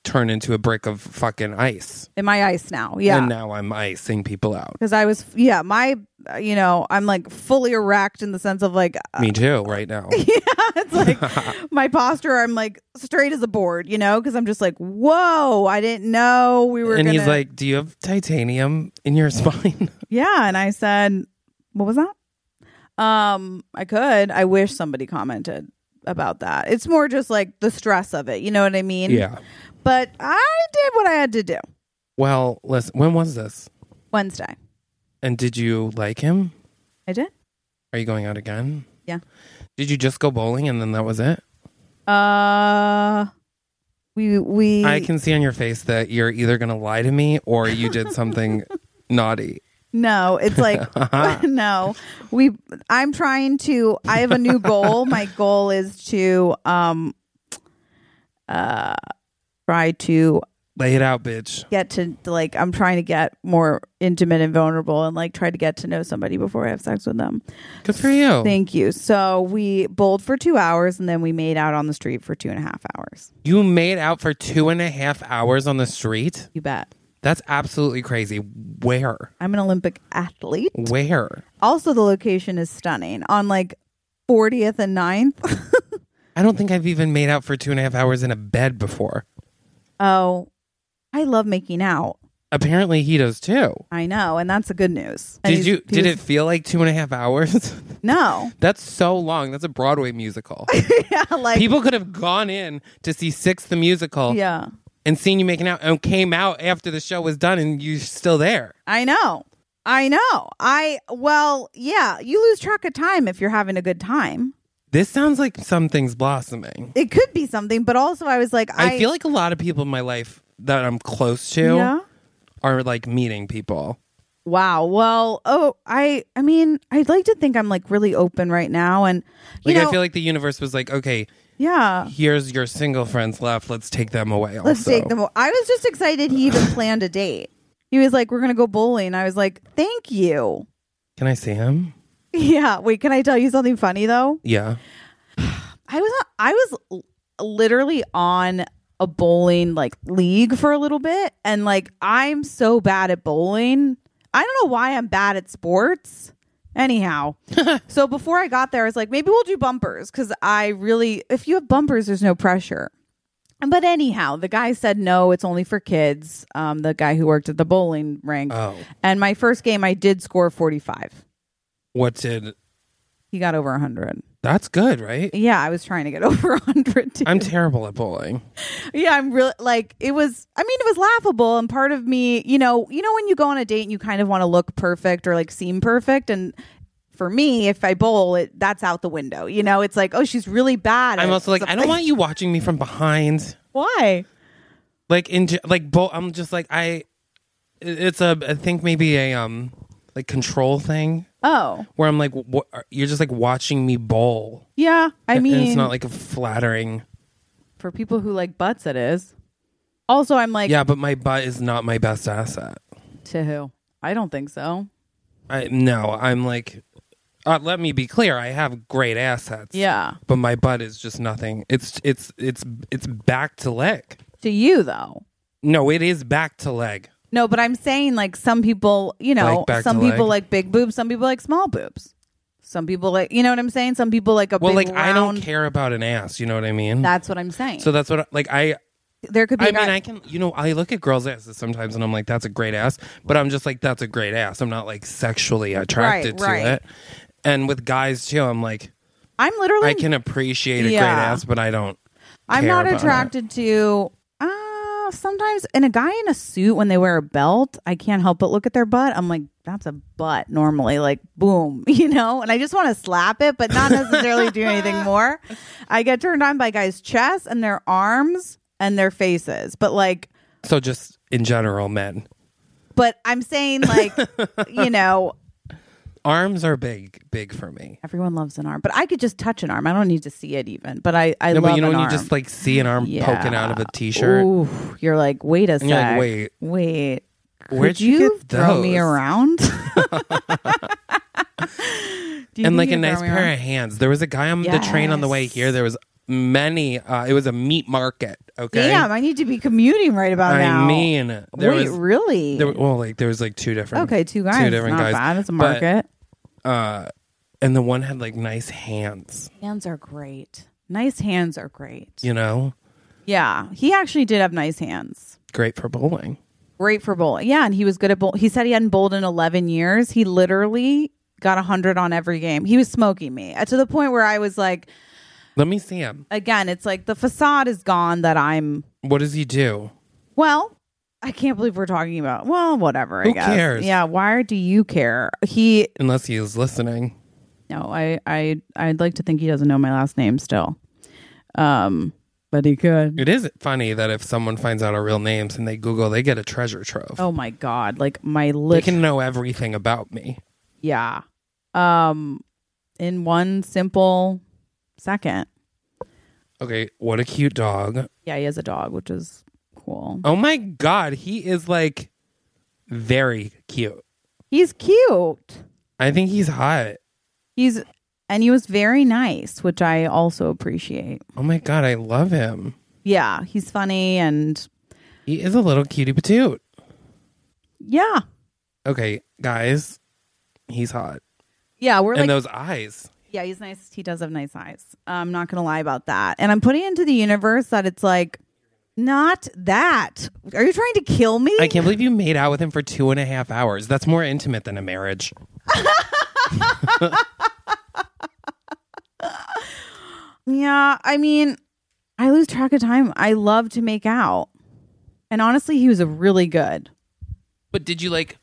Speaker 3: turn into a brick of fucking ice?
Speaker 2: In my ice now. Yeah.
Speaker 3: And now I'm icing people out.
Speaker 2: Cuz I was yeah, my uh, you know, I'm like fully erect in the sense of like (laughs)
Speaker 3: Me too, right now.
Speaker 2: it's like
Speaker 3: (laughs)
Speaker 2: my posture I'm like straight as a board, you know, cuz I'm just like, "Whoa, I didn't know we were
Speaker 3: and he's
Speaker 2: gonna-
Speaker 3: like, "Do you have titanium in your (laughs) spine?"
Speaker 2: Yeah, and I said, "What was that?" Um, I could. I wish somebody commented about that. It's more just like the stress of it. You know what I mean?
Speaker 3: yeah.
Speaker 2: But I did what I had to do
Speaker 3: Well, listen. When was this?
Speaker 2: Wednesday.
Speaker 3: And did you like him?
Speaker 2: I did.
Speaker 3: Are you going out again?
Speaker 2: Yeah.
Speaker 3: Did you just go bowling and then that was it?
Speaker 2: Uh, we we
Speaker 3: I can see on your face that you're either going to lie to me or you did something
Speaker 2: (laughs)
Speaker 3: naughty.
Speaker 2: no. It's
Speaker 3: (laughs)
Speaker 2: like
Speaker 3: Uh-huh.
Speaker 2: (laughs) no. We. I'm trying to. I have a new goal. My goal is to um, uh, try to
Speaker 3: Lay it out, bitch.
Speaker 2: get to like I'm trying to get more intimate and vulnerable and like try to get to know somebody before I have sex with them.
Speaker 3: Good for you.
Speaker 2: Thank you. So we bowled for two hours and then we made out on the street for two and a half hours.
Speaker 3: you made out for two and a half hours on the street.
Speaker 2: You bet.
Speaker 3: That's absolutely crazy. Where?
Speaker 2: I'm an Olympic athlete.
Speaker 3: Where?
Speaker 2: Also the location is stunning. On like 40th and 9th.
Speaker 3: I don't think I've even made out for two and a half hours in a bed before.
Speaker 2: (laughs) oh, I love making out.
Speaker 3: Apparently, he does too.
Speaker 2: I know, and that's the good news. And
Speaker 3: Did
Speaker 2: he's-
Speaker 3: you?
Speaker 2: he
Speaker 3: Did
Speaker 2: was-
Speaker 3: it feel like two and a half hours? (laughs)
Speaker 2: (laughs) No.
Speaker 3: That's so long. That's a
Speaker 2: (laughs)
Speaker 3: Broadway musical.
Speaker 2: yeah, like
Speaker 3: People could have gone in to see Six the Musical
Speaker 2: Yeah.
Speaker 3: and seen you making out and came out after the show was done and you're still there.
Speaker 2: I know. I know. I well, yeah, you lose track of time if you're having a good time.
Speaker 3: This sounds like something's blossoming.
Speaker 2: It could be something, but also I was like I,
Speaker 3: I, feel like a lot of people in my life that I'm close to
Speaker 2: Yeah.
Speaker 3: are like meeting people.
Speaker 2: Wow. Well, oh, I I mean, I'd like to think I'm like really open right now and you
Speaker 3: Like
Speaker 2: know,
Speaker 3: I feel like the universe was like, okay,
Speaker 2: yeah.
Speaker 3: here's your single friends left. Let's take them away. Also.
Speaker 2: Let's take them. I was just excited he even planned a date. He was like, "We're going to go bowling." I was like, "Thank you." (laughs)
Speaker 3: Can I see him?
Speaker 2: Yeah. Wait, can I tell you something funny though?
Speaker 3: Yeah.
Speaker 2: I was on- I was l- literally on a bowling like league for a little bit and like I'm so bad at bowling. I don't know why I'm bad at sports. Anyhow, so before I got there, I was like, maybe we'll do bumpers because I really, if you have bumpers, there's no pressure. But anyhow, the guy said no, it's only for kids. Um, the guy who worked at the bowling rink.
Speaker 3: Oh.
Speaker 2: And my first game, I did score 45.
Speaker 3: What did?
Speaker 2: He got over 100.
Speaker 3: That's good, right?
Speaker 2: Yeah, I was trying to get (laughs) over 100 too.
Speaker 3: I'm terrible at bowling.
Speaker 2: yeah i'm really like it was i mean it was laughable and part of me you know you know when you go on a date and you kind of want to look perfect or like seem perfect and for me if i bowl it that's out the window you know it's like oh she's really bad
Speaker 3: I'm
Speaker 2: at
Speaker 3: also like, I don't
Speaker 2: something.
Speaker 3: want you watching me from behind.
Speaker 2: why
Speaker 3: Like in ge- like bo- I'm just like I. it- It's a I think maybe a um like control thing
Speaker 2: oh
Speaker 3: where I'm like what, you're just like watching me bowl.
Speaker 2: yeah i
Speaker 3: And it's
Speaker 2: mean
Speaker 3: not like a flattering.
Speaker 2: for people who like butts it is also i'm like
Speaker 3: Yeah, but my butt is not my best asset.
Speaker 2: to who i don't think so
Speaker 3: I no, I'm like. Uh, let me be clear. I have great assets.
Speaker 2: yeah
Speaker 3: but my butt is just nothing. It's it's it's it's back to leg.
Speaker 2: to you though
Speaker 3: No, it is back to leg.
Speaker 2: no but i'm saying like some people you know
Speaker 3: Like back
Speaker 2: some
Speaker 3: to
Speaker 2: people
Speaker 3: leg?
Speaker 2: like big boobs some people like small boobs some people like you know what i'm saying some people like a
Speaker 3: Well,
Speaker 2: big
Speaker 3: like I don't
Speaker 2: round-
Speaker 3: care about an ass. You know what I mean?
Speaker 2: That's what I'm saying.
Speaker 3: So that's what like I
Speaker 2: there could be.
Speaker 3: I
Speaker 2: a guy-
Speaker 3: mean I can you know I look at girls' asses sometimes and I'm like that's a great ass, but I'm just like that's a great ass. I'm not like sexually attracted to
Speaker 2: right.
Speaker 3: it. And with guys too, I'm like
Speaker 2: I'm literally.
Speaker 3: I can appreciate a
Speaker 2: Yeah.
Speaker 3: great ass, but I don't.
Speaker 2: I'm
Speaker 3: care
Speaker 2: not
Speaker 3: about
Speaker 2: attracted to. Uh, sometimes, and a guy in a suit when they wear a belt, I can't help but look at their butt. I'm like, that's a butt. Normally, like, boom, (laughs) you know. And I just want to slap it, but not necessarily do
Speaker 3: (laughs)
Speaker 2: anything more. I get turned on by guys' chests and their arms and their faces, but like.
Speaker 3: it. So just in general, men. (laughs)
Speaker 2: But I'm saying, like, you know,
Speaker 3: Arms are big, big for me.
Speaker 2: Everyone loves an arm, but I could just touch an arm. I don't need to see it even. But I, I
Speaker 3: No,
Speaker 2: love
Speaker 3: but you know
Speaker 2: an
Speaker 3: when
Speaker 2: arm.
Speaker 3: you just like see an arm
Speaker 2: Yeah.
Speaker 3: poking out of a t-shirt.
Speaker 2: Ooh, you're like, wait a 2nd
Speaker 3: you're like, wait,
Speaker 2: wait.
Speaker 3: where'd
Speaker 2: could
Speaker 3: you
Speaker 2: you,
Speaker 3: get
Speaker 2: throw me
Speaker 3: those? (laughs)
Speaker 2: around? (laughs) Do you think
Speaker 3: and like
Speaker 2: you
Speaker 3: a
Speaker 2: could
Speaker 3: nice
Speaker 2: throw me
Speaker 3: pair
Speaker 2: around?
Speaker 3: of hands. There was a guy on the train on the way
Speaker 2: Yes.
Speaker 3: here. There was many. Uh, it was a meat market. Okay,
Speaker 2: Damn, I need to be commuting right about
Speaker 3: I
Speaker 2: now.
Speaker 3: mean, there
Speaker 2: wait,
Speaker 3: was
Speaker 2: really?
Speaker 3: there, were- well, like there was like two different.
Speaker 2: okay, two guys.
Speaker 3: two different
Speaker 2: not
Speaker 3: guys.
Speaker 2: bad. It's a
Speaker 3: But,
Speaker 2: market.
Speaker 3: uh, and the one had like nice hands.
Speaker 2: hands are great. Nice hands are great.
Speaker 3: You know,
Speaker 2: yeah, he actually did have nice hands.
Speaker 3: great for bowling.
Speaker 2: great for bowling. Yeah, and he was good at bowling. He said he hadn't bowled in 11 years. He literally got 100 on every game. He was smoking me uh, to the point where I was like,
Speaker 3: Let me see him.
Speaker 2: again, it's like the facade is gone that I'm,
Speaker 3: What does he do?
Speaker 2: well, I can't believe we're talking about, well, whatever. I
Speaker 3: Who
Speaker 2: guess.
Speaker 3: cares?
Speaker 2: Yeah, why do you care? He,
Speaker 3: Unless he is listening.
Speaker 2: no, I, I, I'd like to think he doesn't know my last name still. Um, but he could.
Speaker 3: It is funny that if someone finds out our real names and they Google, they get a treasure trove.
Speaker 2: Oh my God. Like my
Speaker 3: they
Speaker 2: lit.
Speaker 3: can know everything about me.
Speaker 2: Yeah. Um in one simple second.
Speaker 3: Okay, what a cute dog.
Speaker 2: Yeah, he has a dog, which is cool.
Speaker 3: Oh my god, he is like very cute.
Speaker 2: He's cute.
Speaker 3: I think he's hot.
Speaker 2: He's and he was very nice, which I also appreciate.
Speaker 3: Oh my god, I love him.
Speaker 2: Yeah, he's funny and
Speaker 3: He is a little cutie patoot.
Speaker 2: yeah.
Speaker 3: Okay, guys, he's hot.
Speaker 2: Yeah, we're
Speaker 3: and
Speaker 2: like
Speaker 3: those eyes.
Speaker 2: Yeah, he's nice. He does have nice eyes. I'm not going to lie about that. And I'm putting into the universe that it's like not that. Are you trying to kill me?
Speaker 3: I can't believe you made out with him for two and a half hours. That's more intimate than a marriage.
Speaker 2: Yeah, I mean, I lose track of time. I love to make out. And honestly, he was a really good.
Speaker 3: But did you like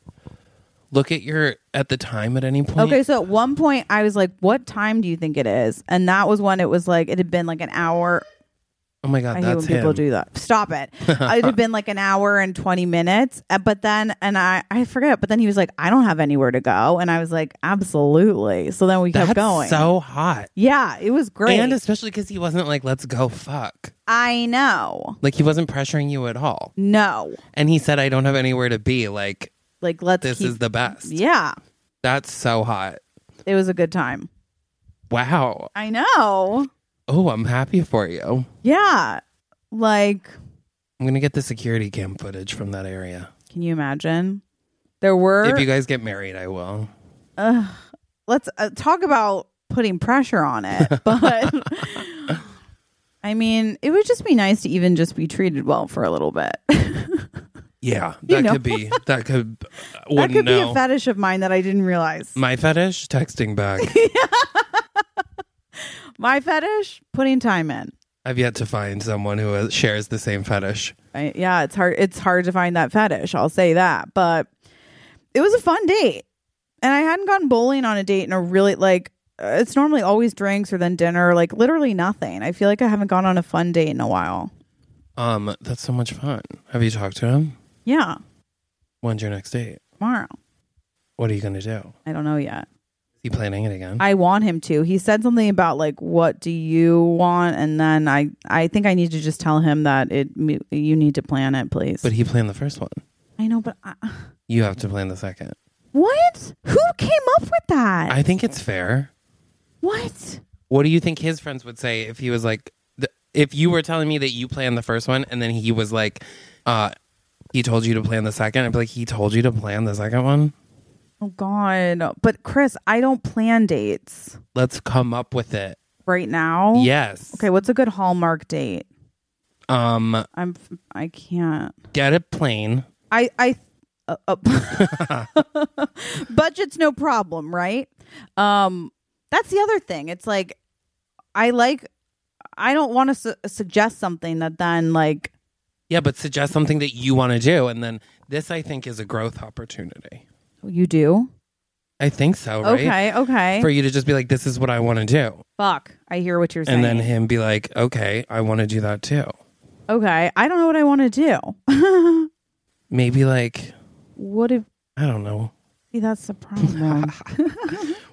Speaker 3: look at your at the time at any point?
Speaker 2: Okay, so at one point I was like, "What time do you think it is?" And that was when it was like it had been like an hour.
Speaker 3: Oh my god,
Speaker 2: I hate
Speaker 3: that's
Speaker 2: when people
Speaker 3: him.
Speaker 2: do that. Stop
Speaker 3: (laughs)
Speaker 2: it. it had been like an hour and 20 minutes. Uh, But then and I I forget, but then he was like, "I don't have anywhere to go." And I was like, "Absolutely." So then we
Speaker 3: that's
Speaker 2: kept going.
Speaker 3: so hot.
Speaker 2: yeah, it was great.
Speaker 3: And especially because he wasn't like, let's go fuck.
Speaker 2: I know.
Speaker 3: Like he wasn't pressuring you at all.
Speaker 2: No.
Speaker 3: And he said, I don't have anywhere to be. Like,
Speaker 2: Like let's
Speaker 3: this
Speaker 2: keep
Speaker 3: is the best.
Speaker 2: Yeah.
Speaker 3: That's so hot.
Speaker 2: It was a good time.
Speaker 3: Wow.
Speaker 2: I know.
Speaker 3: Oh, I'm happy for you.
Speaker 2: Yeah. Like,
Speaker 3: I'm going to get the security cam footage from that area.
Speaker 2: can you imagine? There were.
Speaker 3: If you guys get married, I will.
Speaker 2: let's uh, talk about putting pressure on it.
Speaker 3: (laughs)
Speaker 2: But I mean, it would just be nice to even just be treated well for a little bit. (laughs)
Speaker 3: Yeah, that
Speaker 2: You know. (laughs)
Speaker 3: could be. That could.
Speaker 2: that
Speaker 3: Wouldn't
Speaker 2: could
Speaker 3: know.
Speaker 2: be a fetish of mine that I didn't realize.
Speaker 3: My fetish? Texting back.
Speaker 2: (laughs) My fetish? Putting time in.
Speaker 3: I've yet to find someone who uh, shares the same fetish.
Speaker 2: I, yeah, it's hard. It's hard to find that fetish. I'll say that. But it was a fun date, and I hadn't gone bowling on a date in a really like. uh, It's normally always drinks or then dinner, or, like literally nothing. I feel like I haven't gone on a fun date in a while.
Speaker 3: Um, that's so much fun. Have you talked to him?
Speaker 2: Yeah,
Speaker 3: When's your next date?
Speaker 2: tomorrow.
Speaker 3: What are you going to do?
Speaker 2: I don't know yet.
Speaker 3: Is he planning it again?
Speaker 2: I want him to. He said something about like, "What do you want?" And then I, I think I need to just tell him that it. You need to plan it, please.
Speaker 3: but he planned the first one.
Speaker 2: I know, but I,
Speaker 3: You have to plan the second.
Speaker 2: what? Who came up with that?
Speaker 3: I think it's fair.
Speaker 2: what?
Speaker 3: What do you think his friends would say if he was like, th- if you were telling me that you planned the first one and then he was like, uh, he told you to plan the second? I'd be like, he told you to plan the second one?
Speaker 2: Oh God! But Chris, I don't plan dates
Speaker 3: Let's come up with it.
Speaker 2: right now.
Speaker 3: Yes.
Speaker 2: Oh, Okay. What's a good hallmark date?
Speaker 3: Um,
Speaker 2: I'm. f- I can't.
Speaker 3: get a plane.
Speaker 2: I. I. Uh, uh, (laughs) budget's no problem, right? Um, that's the other thing. It's like I like. I don't want to su- suggest something that then like.
Speaker 3: (laughs) Yeah, but suggest something that you want to do. And then this, I think, is a growth opportunity.
Speaker 2: You do.
Speaker 3: I think so, right?
Speaker 2: Okay. Okay.
Speaker 3: For you to just be like, this is what I want to do.
Speaker 2: Fuck. I hear what you're saying.
Speaker 3: And then him be like, okay, I want to do that too.
Speaker 2: okay. I don't know what I want to do. (laughs)
Speaker 3: Maybe like,
Speaker 2: what if
Speaker 3: I don't know,
Speaker 2: See, that's the
Speaker 3: (laughs)
Speaker 2: problem.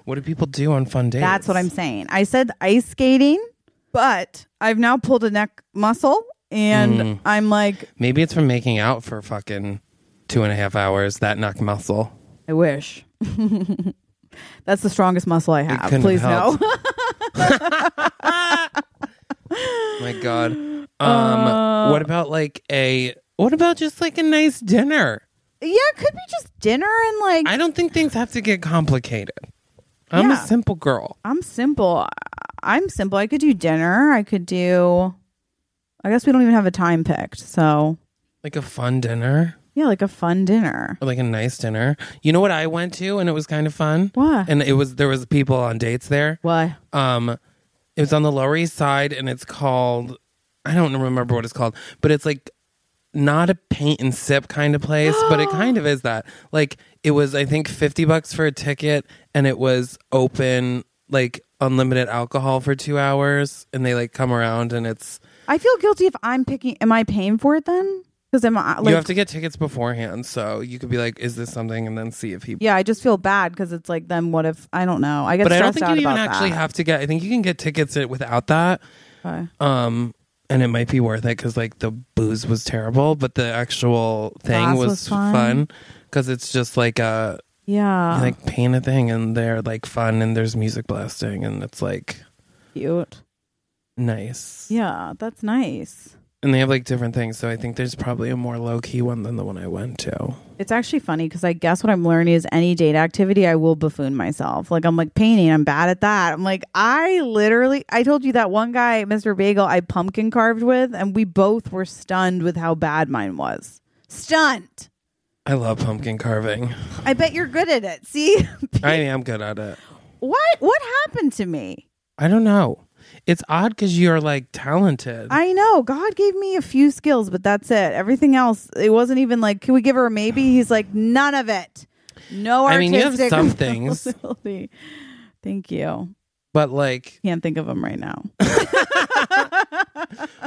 Speaker 3: What do people do on fun days?
Speaker 2: That's what I'm saying. I said ice skating, but I've now pulled a neck muscle and
Speaker 3: Mm.
Speaker 2: I'm like,
Speaker 3: Maybe it's from making out for fucking two and a half hours. That neck muscle.
Speaker 2: I wish. (laughs) That's the strongest muscle I have.
Speaker 3: couldn't
Speaker 2: Please no. (laughs)
Speaker 3: help. My God. Um.
Speaker 2: Uh.
Speaker 3: what about like a? What about just like a nice dinner?
Speaker 2: yeah, it could be just dinner and like
Speaker 3: I don't think things have to get complicated. I'm
Speaker 2: Yeah.
Speaker 3: a simple girl.
Speaker 2: I'm simple. I'm simple. I could do dinner. I could do I guess we don't even have a time picked. So,
Speaker 3: Like a fun dinner
Speaker 2: yeah, like a fun dinner.
Speaker 3: or like a nice dinner. You know what I went to and it was kind of fun?
Speaker 2: What?
Speaker 3: And it was there was people on dates there.
Speaker 2: What?
Speaker 3: Um, it was on the Lower East Side, and it's called I don't remember what it's called, but it's like not a paint and sip kind of place, but it kind of is that. Like it was, I think, fifty bucks for a ticket, and it was open like unlimited alcohol for two hours, and they like come around, and it's
Speaker 2: I feel guilty if I'm picking am I paying for it then? Cuz I'm like
Speaker 3: you have to get tickets beforehand, so you could be like, is this something, and then see if he.
Speaker 2: Yeah, I just feel bad because it's like, then what if I don't know? I get
Speaker 3: But I don't
Speaker 2: stressed
Speaker 3: think
Speaker 2: out
Speaker 3: you even
Speaker 2: about
Speaker 3: actually
Speaker 2: that.
Speaker 3: have to get. I think you can get tickets without that.
Speaker 2: Okay.
Speaker 3: um and it might be worth it because like the booze was terrible but the actual thing
Speaker 2: Glass
Speaker 3: was,
Speaker 2: was fun. Oh.
Speaker 3: fun because it's just like a
Speaker 2: yeah,
Speaker 3: you, like paint a thing and they're like fun and there's music blasting and it's like
Speaker 2: cute.
Speaker 3: nice
Speaker 2: Yeah, that's nice.
Speaker 3: and they have like different things so i think there's probably a more low-key one than the one i went to
Speaker 2: It's actually funny because I guess what I'm learning is any date activity, I will buffoon myself. Like I'm like painting, I'm bad at that. I'm like I literally, I told you that one guy, Mr. Bagel, I pumpkin carved with, and we both were stunned with how bad mine was. Stunned.
Speaker 3: i love pumpkin carving
Speaker 2: I bet you're good at it. See (laughs)
Speaker 3: i am good at it
Speaker 2: what what happened to me?
Speaker 3: i don't know it's odd because you're like talented
Speaker 2: I know. God gave me a few skills, but that's it. Everything else, it wasn't even like, can we give her a maybe? He's like, none of it. No
Speaker 3: I
Speaker 2: artistic
Speaker 3: mean, you have
Speaker 2: (laughs)
Speaker 3: some things.
Speaker 2: ability. Thank you.
Speaker 3: but like
Speaker 2: Can't think of them right now.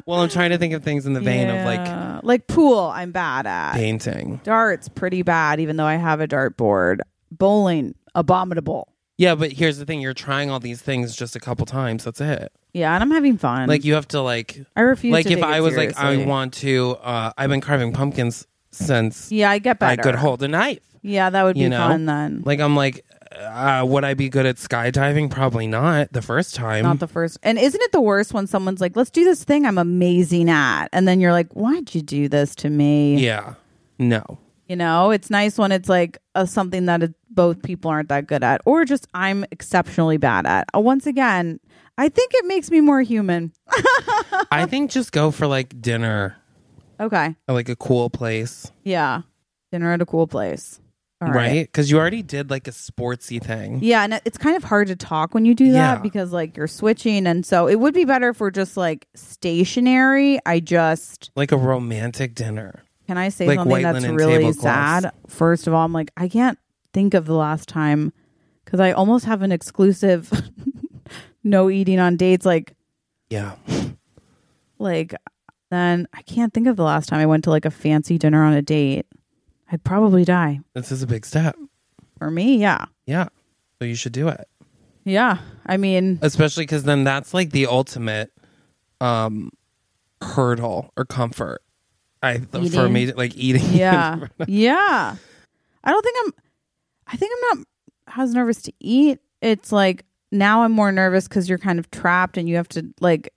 Speaker 3: well i'm trying to think of things in the vein of like
Speaker 2: Yeah. like pool, I'm bad at.
Speaker 3: painting
Speaker 2: Darts, pretty bad, even though I have a dart board. Bowling, abominable.
Speaker 3: Yeah, but here's the thing: you're trying all these things just a couple times. That's it.
Speaker 2: Yeah, and I'm having fun.
Speaker 3: Like you have to like,
Speaker 2: I refuse.
Speaker 3: like
Speaker 2: to
Speaker 3: if
Speaker 2: take it
Speaker 3: I was like, I
Speaker 2: seriously.
Speaker 3: want to. uh I've been carving pumpkins since
Speaker 2: Yeah, I get
Speaker 3: I
Speaker 2: better.
Speaker 3: could hold a knife.
Speaker 2: Yeah, that would be
Speaker 3: You know,
Speaker 2: fun then.
Speaker 3: Like I'm like, uh, would I be good at skydiving? Probably not the first time.
Speaker 2: Not the first. And isn't it the worst when someone's like, let's do this thing I'm amazing at? And then you're like, why'd you do this to me?
Speaker 3: yeah,
Speaker 2: (laughs)
Speaker 3: no.
Speaker 2: You know, it's nice when it's like a, something that it, both people aren't that good at, or just I'm exceptionally bad at. Uh, Once again, I think it makes me more human.
Speaker 3: I think just go for like dinner,
Speaker 2: Okay.
Speaker 3: at, like a cool place,
Speaker 2: Yeah. Dinner at a cool place. All right.
Speaker 3: right? Because you already did like a sportsy thing.
Speaker 2: Yeah. And it- it's kind of hard to talk when you do that
Speaker 3: Yeah.
Speaker 2: because like you're switching. And so it would be better if we're just like stationary. I just.
Speaker 3: Like a romantic dinner.
Speaker 2: Can I say
Speaker 3: Like
Speaker 2: something
Speaker 3: white
Speaker 2: that's
Speaker 3: linen
Speaker 2: really
Speaker 3: tablecloths.
Speaker 2: sad? First of all, I'm like, I can't think of the last time because I almost have an exclusive (laughs) no eating on dates. Like,
Speaker 3: Yeah.
Speaker 2: like then I can't think of the last time I went to like a fancy dinner on a date. I'd probably die
Speaker 3: This is a big step.
Speaker 2: for me. Yeah,
Speaker 3: Yeah. So you should do it.
Speaker 2: yeah. I
Speaker 3: (laughs)
Speaker 2: mean,
Speaker 3: especially because then that's like the ultimate um hurdle or comfort i for
Speaker 2: Eating.
Speaker 3: me like eating
Speaker 2: yeah, yeah. I don't think I'm. I think I'm not as nervous to eat. It's like now I'm more nervous because you're kind of trapped and you have to like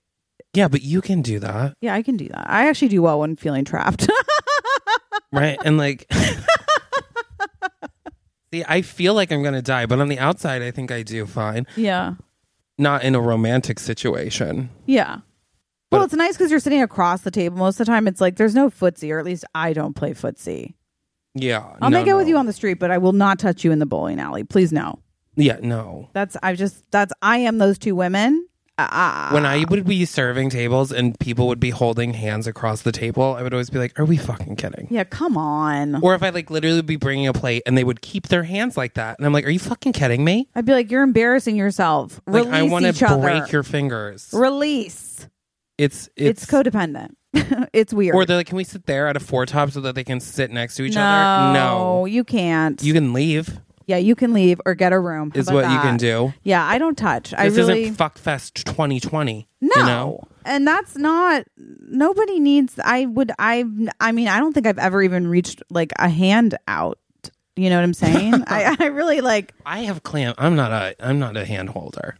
Speaker 3: yeah but you can do that
Speaker 2: Yeah, I can do that. I actually do well when feeling trapped. (laughs)
Speaker 3: right and like see i feel like i'm gonna die but on the outside i think i do fine
Speaker 2: yeah.
Speaker 3: not in a romantic situation
Speaker 2: Yeah. Well, it's nice because you're sitting across the table. Most of the time, it's like there's no footsie, or at least I don't play footsie.
Speaker 3: yeah
Speaker 2: I'll
Speaker 3: no,
Speaker 2: make out with
Speaker 3: no.
Speaker 2: you on the street, but I will not touch you in the bowling alley. Please, no.
Speaker 3: yeah no
Speaker 2: That's, I just, that's, I am those two women. Ah.
Speaker 3: when I would be serving tables and people would be holding hands across the table, I would always be like, "Are we fucking kidding?"
Speaker 2: yeah, come on.
Speaker 3: Or if I like literally would be bringing a plate and they would keep their hands like that, and I'm like, "Are you fucking kidding me?"
Speaker 2: I'd be like, you're embarrassing yourself.
Speaker 3: Like
Speaker 2: Release
Speaker 3: I want
Speaker 2: each
Speaker 3: to
Speaker 2: other.
Speaker 3: break your fingers.
Speaker 2: (laughs) Release.
Speaker 3: It's
Speaker 2: It's,
Speaker 3: it's,
Speaker 2: codependent. (laughs) it's weird.
Speaker 3: Or they're like, "Can we sit there at a four top so that they can sit next to each
Speaker 2: no,
Speaker 3: other?" No,
Speaker 2: you can't.
Speaker 3: you can leave.
Speaker 2: Yeah, you can leave or get a room. How
Speaker 3: is
Speaker 2: about
Speaker 3: what you can
Speaker 2: that?
Speaker 3: do.
Speaker 2: Yeah, I don't touch. I
Speaker 3: This
Speaker 2: really
Speaker 3: isn't Fuckfest 2020.
Speaker 2: no.
Speaker 3: You know?
Speaker 2: And that's not nobody needs I would I I mean, I don't think I've ever even reached like a hand out. You know what I'm saying?
Speaker 3: (laughs)
Speaker 2: I, I really like
Speaker 3: I have clam. I'm not a. I'm not a hand holder.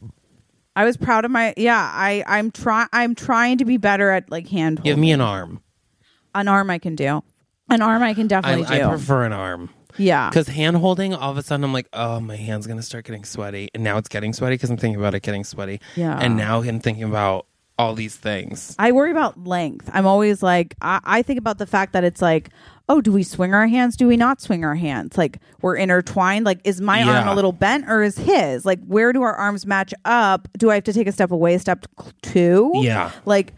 Speaker 2: I was proud of my yeah, I I'm try I'm trying to be better at like hand
Speaker 3: Give
Speaker 2: hold-
Speaker 3: me an arm.
Speaker 2: an arm I can do. An arm I can
Speaker 3: I,
Speaker 2: definitely do.
Speaker 3: I prefer an arm
Speaker 2: yeah.
Speaker 3: because hand holding. All of a sudden, I'm like, oh, my hand's gonna start getting sweaty, and now it's getting sweaty because I'm thinking about it getting sweaty.
Speaker 2: Yeah.
Speaker 3: And now I'm thinking about all these things.
Speaker 2: I worry about length. I'm always like, I, I think about the fact that it's like, oh, do we swing our hands? Do we not swing our hands? Like we're intertwined. Like, is my arm a
Speaker 3: Yeah.
Speaker 2: little bent or is his? Like, where do our arms match up? Do I have to take a step away, a step cl- two?
Speaker 3: Yeah.
Speaker 2: Like,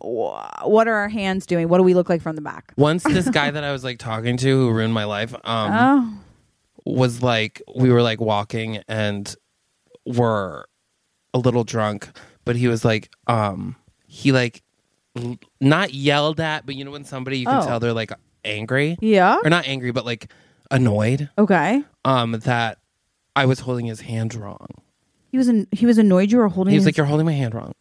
Speaker 2: wh- what are our hands doing? What do we look like from the back?
Speaker 3: Once this guy that I was like talking to who ruined my life um
Speaker 2: Oh,
Speaker 3: was like we were like walking and were a little drunk, but he was like um he like l- not yelled at, but you know when somebody you can
Speaker 2: Oh.
Speaker 3: tell they're like angry
Speaker 2: yeah.
Speaker 3: or not angry but like annoyed
Speaker 2: Okay.
Speaker 3: um that I was holding his hand wrong.
Speaker 2: He was an, he was annoyed you were holding.
Speaker 3: He was
Speaker 2: his-
Speaker 3: like you're holding my hand wrong.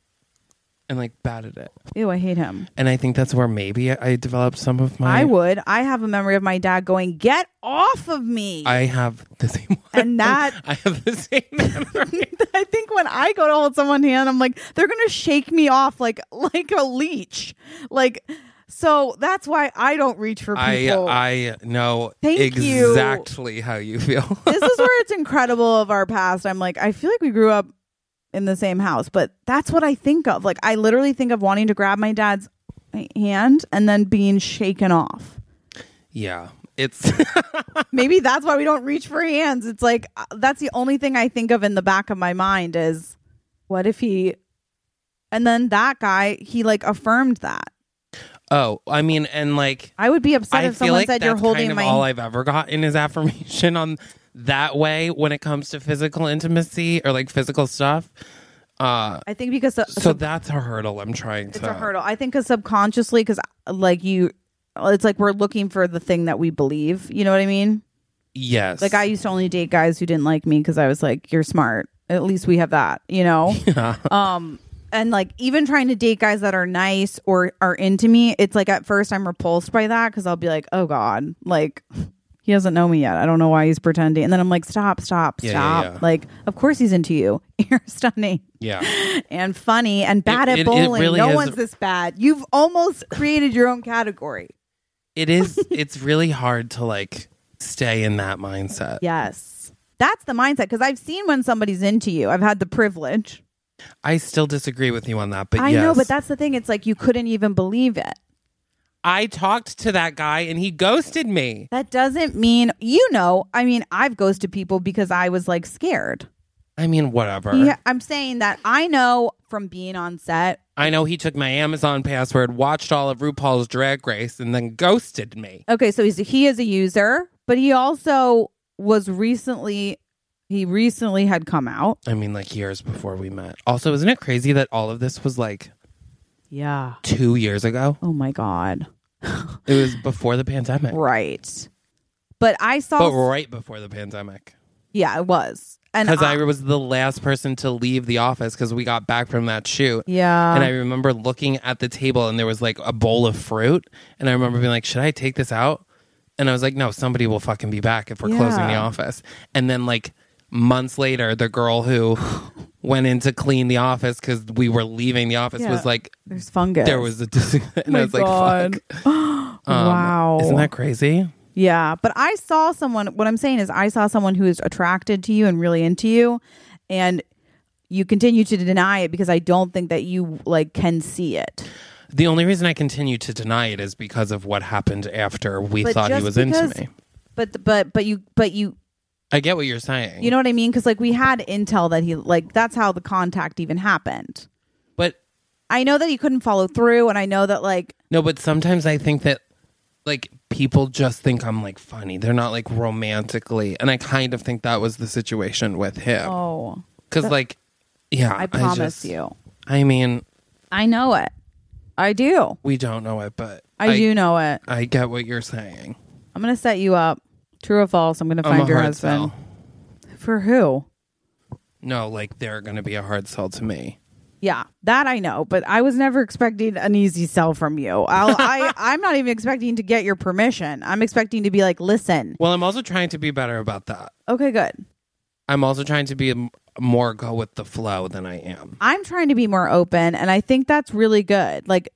Speaker 3: And like batted it.
Speaker 2: Ew, I hate him.
Speaker 3: And I think that's where maybe I I developed some of my
Speaker 2: I would. I have a memory of my dad going, "Get off of me!"
Speaker 3: I have the same one.
Speaker 2: and that
Speaker 3: (laughs) I have
Speaker 2: (laughs)
Speaker 3: the same memory.
Speaker 2: I think when I go to hold someone's hand, I'm like, they're gonna shake me off like (laughs) like a leech. Like so that's why I don't reach for
Speaker 3: I
Speaker 2: people.
Speaker 3: I know
Speaker 2: Thank you.
Speaker 3: exactly how you feel.
Speaker 2: (laughs)
Speaker 3: (laughs)
Speaker 2: this is where it's incredible of our past. I'm like, I feel like we grew up in the same house, but that's what I think of. Like I literally think of wanting to grab my dad's hand and then being shaken off.
Speaker 3: yeah. It's (laughs)
Speaker 2: Maybe that's why we don't reach for hands. It's like uh, that's the only thing I think of in the back of my mind is what if he and then that guy, he like affirmed that.
Speaker 3: oh, I mean and like
Speaker 2: I would be upset
Speaker 3: I
Speaker 2: if
Speaker 3: feel
Speaker 2: someone
Speaker 3: like
Speaker 2: said
Speaker 3: that's
Speaker 2: you're holding
Speaker 3: kind of
Speaker 2: my
Speaker 3: all I've ever gotten is affirmation on that way when it comes to physical intimacy or like physical stuff. Uh
Speaker 2: I think because
Speaker 3: so, uh,
Speaker 2: so
Speaker 3: that's a hurdle I'm trying to
Speaker 2: it's a hurdle. I think because subconsciously, because like you, uh, it's like we're looking for the thing that we believe. You know what I mean?
Speaker 3: Yes. (laughs)
Speaker 2: Like I used to only date guys who didn't like me because I was like, "You're smart. At least we have that." You know. Um. And like even trying to date guys that are nice or are into me, it's like at first I'm repulsed by that because I'll be like, "Oh God, like." He doesn't know me yet. I don't know why he's pretending. And then I'm like, stop, stop,
Speaker 3: Yeah, yeah,
Speaker 2: stop.
Speaker 3: yeah.
Speaker 2: Like, of course he's into you. (laughs) You're stunning.
Speaker 3: Yeah.
Speaker 2: and funny and bad
Speaker 3: It-
Speaker 2: at
Speaker 3: it- it
Speaker 2: bowling.
Speaker 3: really
Speaker 2: no
Speaker 3: is-
Speaker 2: one's this bad. You've almost created your own category.
Speaker 3: It is it's really hard to like stay in that mindset.
Speaker 2: Yes. That's the mindset because I've seen when somebody's into you. I've had the privilege.
Speaker 3: I still disagree with you on that, but
Speaker 2: I
Speaker 3: yes.
Speaker 2: know, but that's the thing. It's like you couldn't even believe it.
Speaker 3: I talked to that guy and he ghosted me.
Speaker 2: That doesn't mean, you know, I mean, I've ghosted people because I was like scared.
Speaker 3: I mean, whatever.
Speaker 2: Yeah, I'm saying that I know from being on set.
Speaker 3: I know he took my Amazon password, watched all of RuPaul's Drag Race, and then ghosted me.
Speaker 2: Okay, so he's he is a user, but he also was recently, he recently had come out.
Speaker 3: I mean, like years before we met. Also, isn't it crazy that all of this was like
Speaker 2: Yeah.
Speaker 3: two years ago?
Speaker 2: Oh my God.
Speaker 3: It was before the pandemic,
Speaker 2: Right. But I saw.
Speaker 3: but right before the pandemic.
Speaker 2: yeah, it was. And
Speaker 3: Because I was the last person to leave the office because we got back from that shoot.
Speaker 2: Yeah.
Speaker 3: and I remember looking at the table and there was like a bowl of fruit. And I remember being like, should I take this out? And I was like, no, somebody will fucking be back if we're closing the
Speaker 2: Yeah.
Speaker 3: office. And then like months later, the girl
Speaker 2: (sighs)
Speaker 3: who went in to clean the office because we were leaving the office
Speaker 2: Yeah.
Speaker 3: was like,
Speaker 2: There's fungus.
Speaker 3: there was a dis- (laughs) and I was like, fuck. Um,
Speaker 2: wow.
Speaker 3: Isn't that crazy?
Speaker 2: yeah. But I saw someone. What I'm saying is, I saw someone who is attracted to you and really into you. And you continue to deny it because I don't think that you like can see it.
Speaker 3: The only reason I continue to deny it is because of what happened after we
Speaker 2: But
Speaker 3: thought he
Speaker 2: just
Speaker 3: was
Speaker 2: because-
Speaker 3: into me.
Speaker 2: But but but you but you
Speaker 3: I get what you're saying.
Speaker 2: you know what I mean? Because like we had intel that he like that's how the contact even happened.
Speaker 3: but
Speaker 2: I know that he couldn't follow through, and I know that like
Speaker 3: No, but sometimes I think that like people just think I'm like funny. They're not like romantically, and I kind of think that was the situation with him
Speaker 2: oh,
Speaker 3: because like yeah,
Speaker 2: I promise
Speaker 3: just-
Speaker 2: you.
Speaker 3: I mean,
Speaker 2: I know it. I do.
Speaker 3: we don't know it, but
Speaker 2: I, do know it.
Speaker 3: I get what you're saying.
Speaker 2: I'm gonna set you up. True or false? I'm gonna
Speaker 3: I'm
Speaker 2: find
Speaker 3: a
Speaker 2: your
Speaker 3: hard
Speaker 2: husband.
Speaker 3: sell.
Speaker 2: For who?
Speaker 3: No, like they're going to be a hard sell to me.
Speaker 2: Yeah, that I know, but I was never expecting an easy sell from you. I'll,
Speaker 3: (laughs)
Speaker 2: I I'm not even expecting to get your permission. I'm expecting to be like, listen,
Speaker 3: Well, I'm also trying to be better about that.
Speaker 2: okay, good.
Speaker 3: I'm also trying to be m- more go with the flow than I am.
Speaker 2: I'm trying to be more open, and I think that's really good. Like,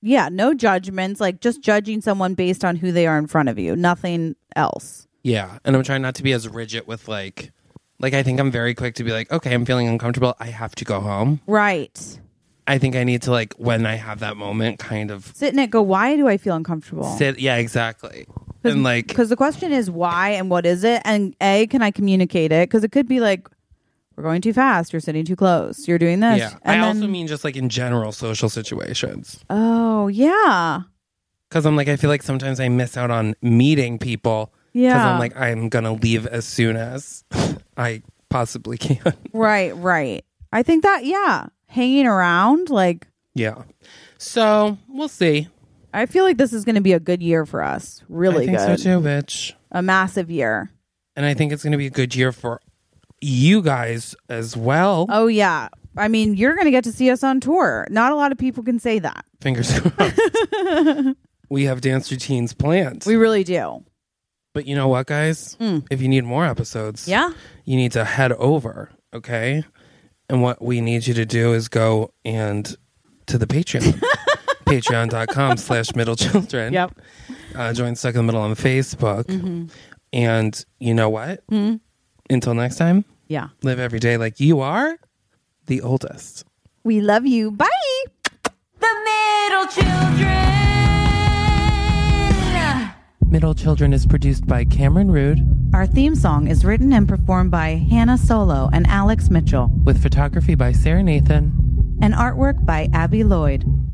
Speaker 2: yeah, no judgments. Like just judging someone based on who they are in front of you, nothing else.
Speaker 3: Yeah, and I'm trying not to be as rigid with like like I think I'm very quick to be like, "Okay, I'm feeling uncomfortable. I have to go home."
Speaker 2: Right.
Speaker 3: I think I need to like when I have that moment kind of
Speaker 2: Sit in it. Go. Why do I feel uncomfortable?
Speaker 3: sit yeah, exactly. And like
Speaker 2: because the question is why and what is it and a can i communicate it because it could be like we're going too fast you're sitting too close you're doing this
Speaker 3: yeah, I
Speaker 2: and
Speaker 3: also mean just like in general social situations.
Speaker 2: oh yeah
Speaker 3: Cuz I'm like I feel like sometimes I miss out on meeting people cuz
Speaker 2: Yeah.
Speaker 3: I'm like I'm going to leave as soon as (laughs) I possibly can. (laughs)
Speaker 2: right right i think that yeah hanging around like
Speaker 3: yeah. So, we'll see.
Speaker 2: i feel like this is going to be a good year for us really
Speaker 3: I think
Speaker 2: good
Speaker 3: so too, bitch.
Speaker 2: a massive year
Speaker 3: And I think it's going to be a good year for you guys as well.
Speaker 2: oh yeah i mean you're going to get to see us on tour not a lot of people can say that
Speaker 3: Fingers crossed.
Speaker 2: (laughs)
Speaker 3: we have dance routines planned.
Speaker 2: we really do
Speaker 3: but you know what, guys? If you need more episodes,
Speaker 2: yeah
Speaker 3: you need to head over, okay? And what we need you to do is go and to the
Speaker 2: (laughs)
Speaker 3: Patreon. Patreon.com slash middle children.
Speaker 2: yep Mm-hmm.
Speaker 3: Uh, join Stuck in the Middle on Facebook. And you know what?
Speaker 2: Hmm.
Speaker 3: Until next time,
Speaker 2: yeah
Speaker 3: live every day like you are the oldest.
Speaker 2: we love you bye
Speaker 1: The middle children.
Speaker 3: Middle Children is produced by Cameron Rude
Speaker 2: Our theme song is written and performed by Hannah Solo and Alex Mitchell,
Speaker 3: with photography by Sarah Nathan.
Speaker 2: and artwork by Abby Lloyd.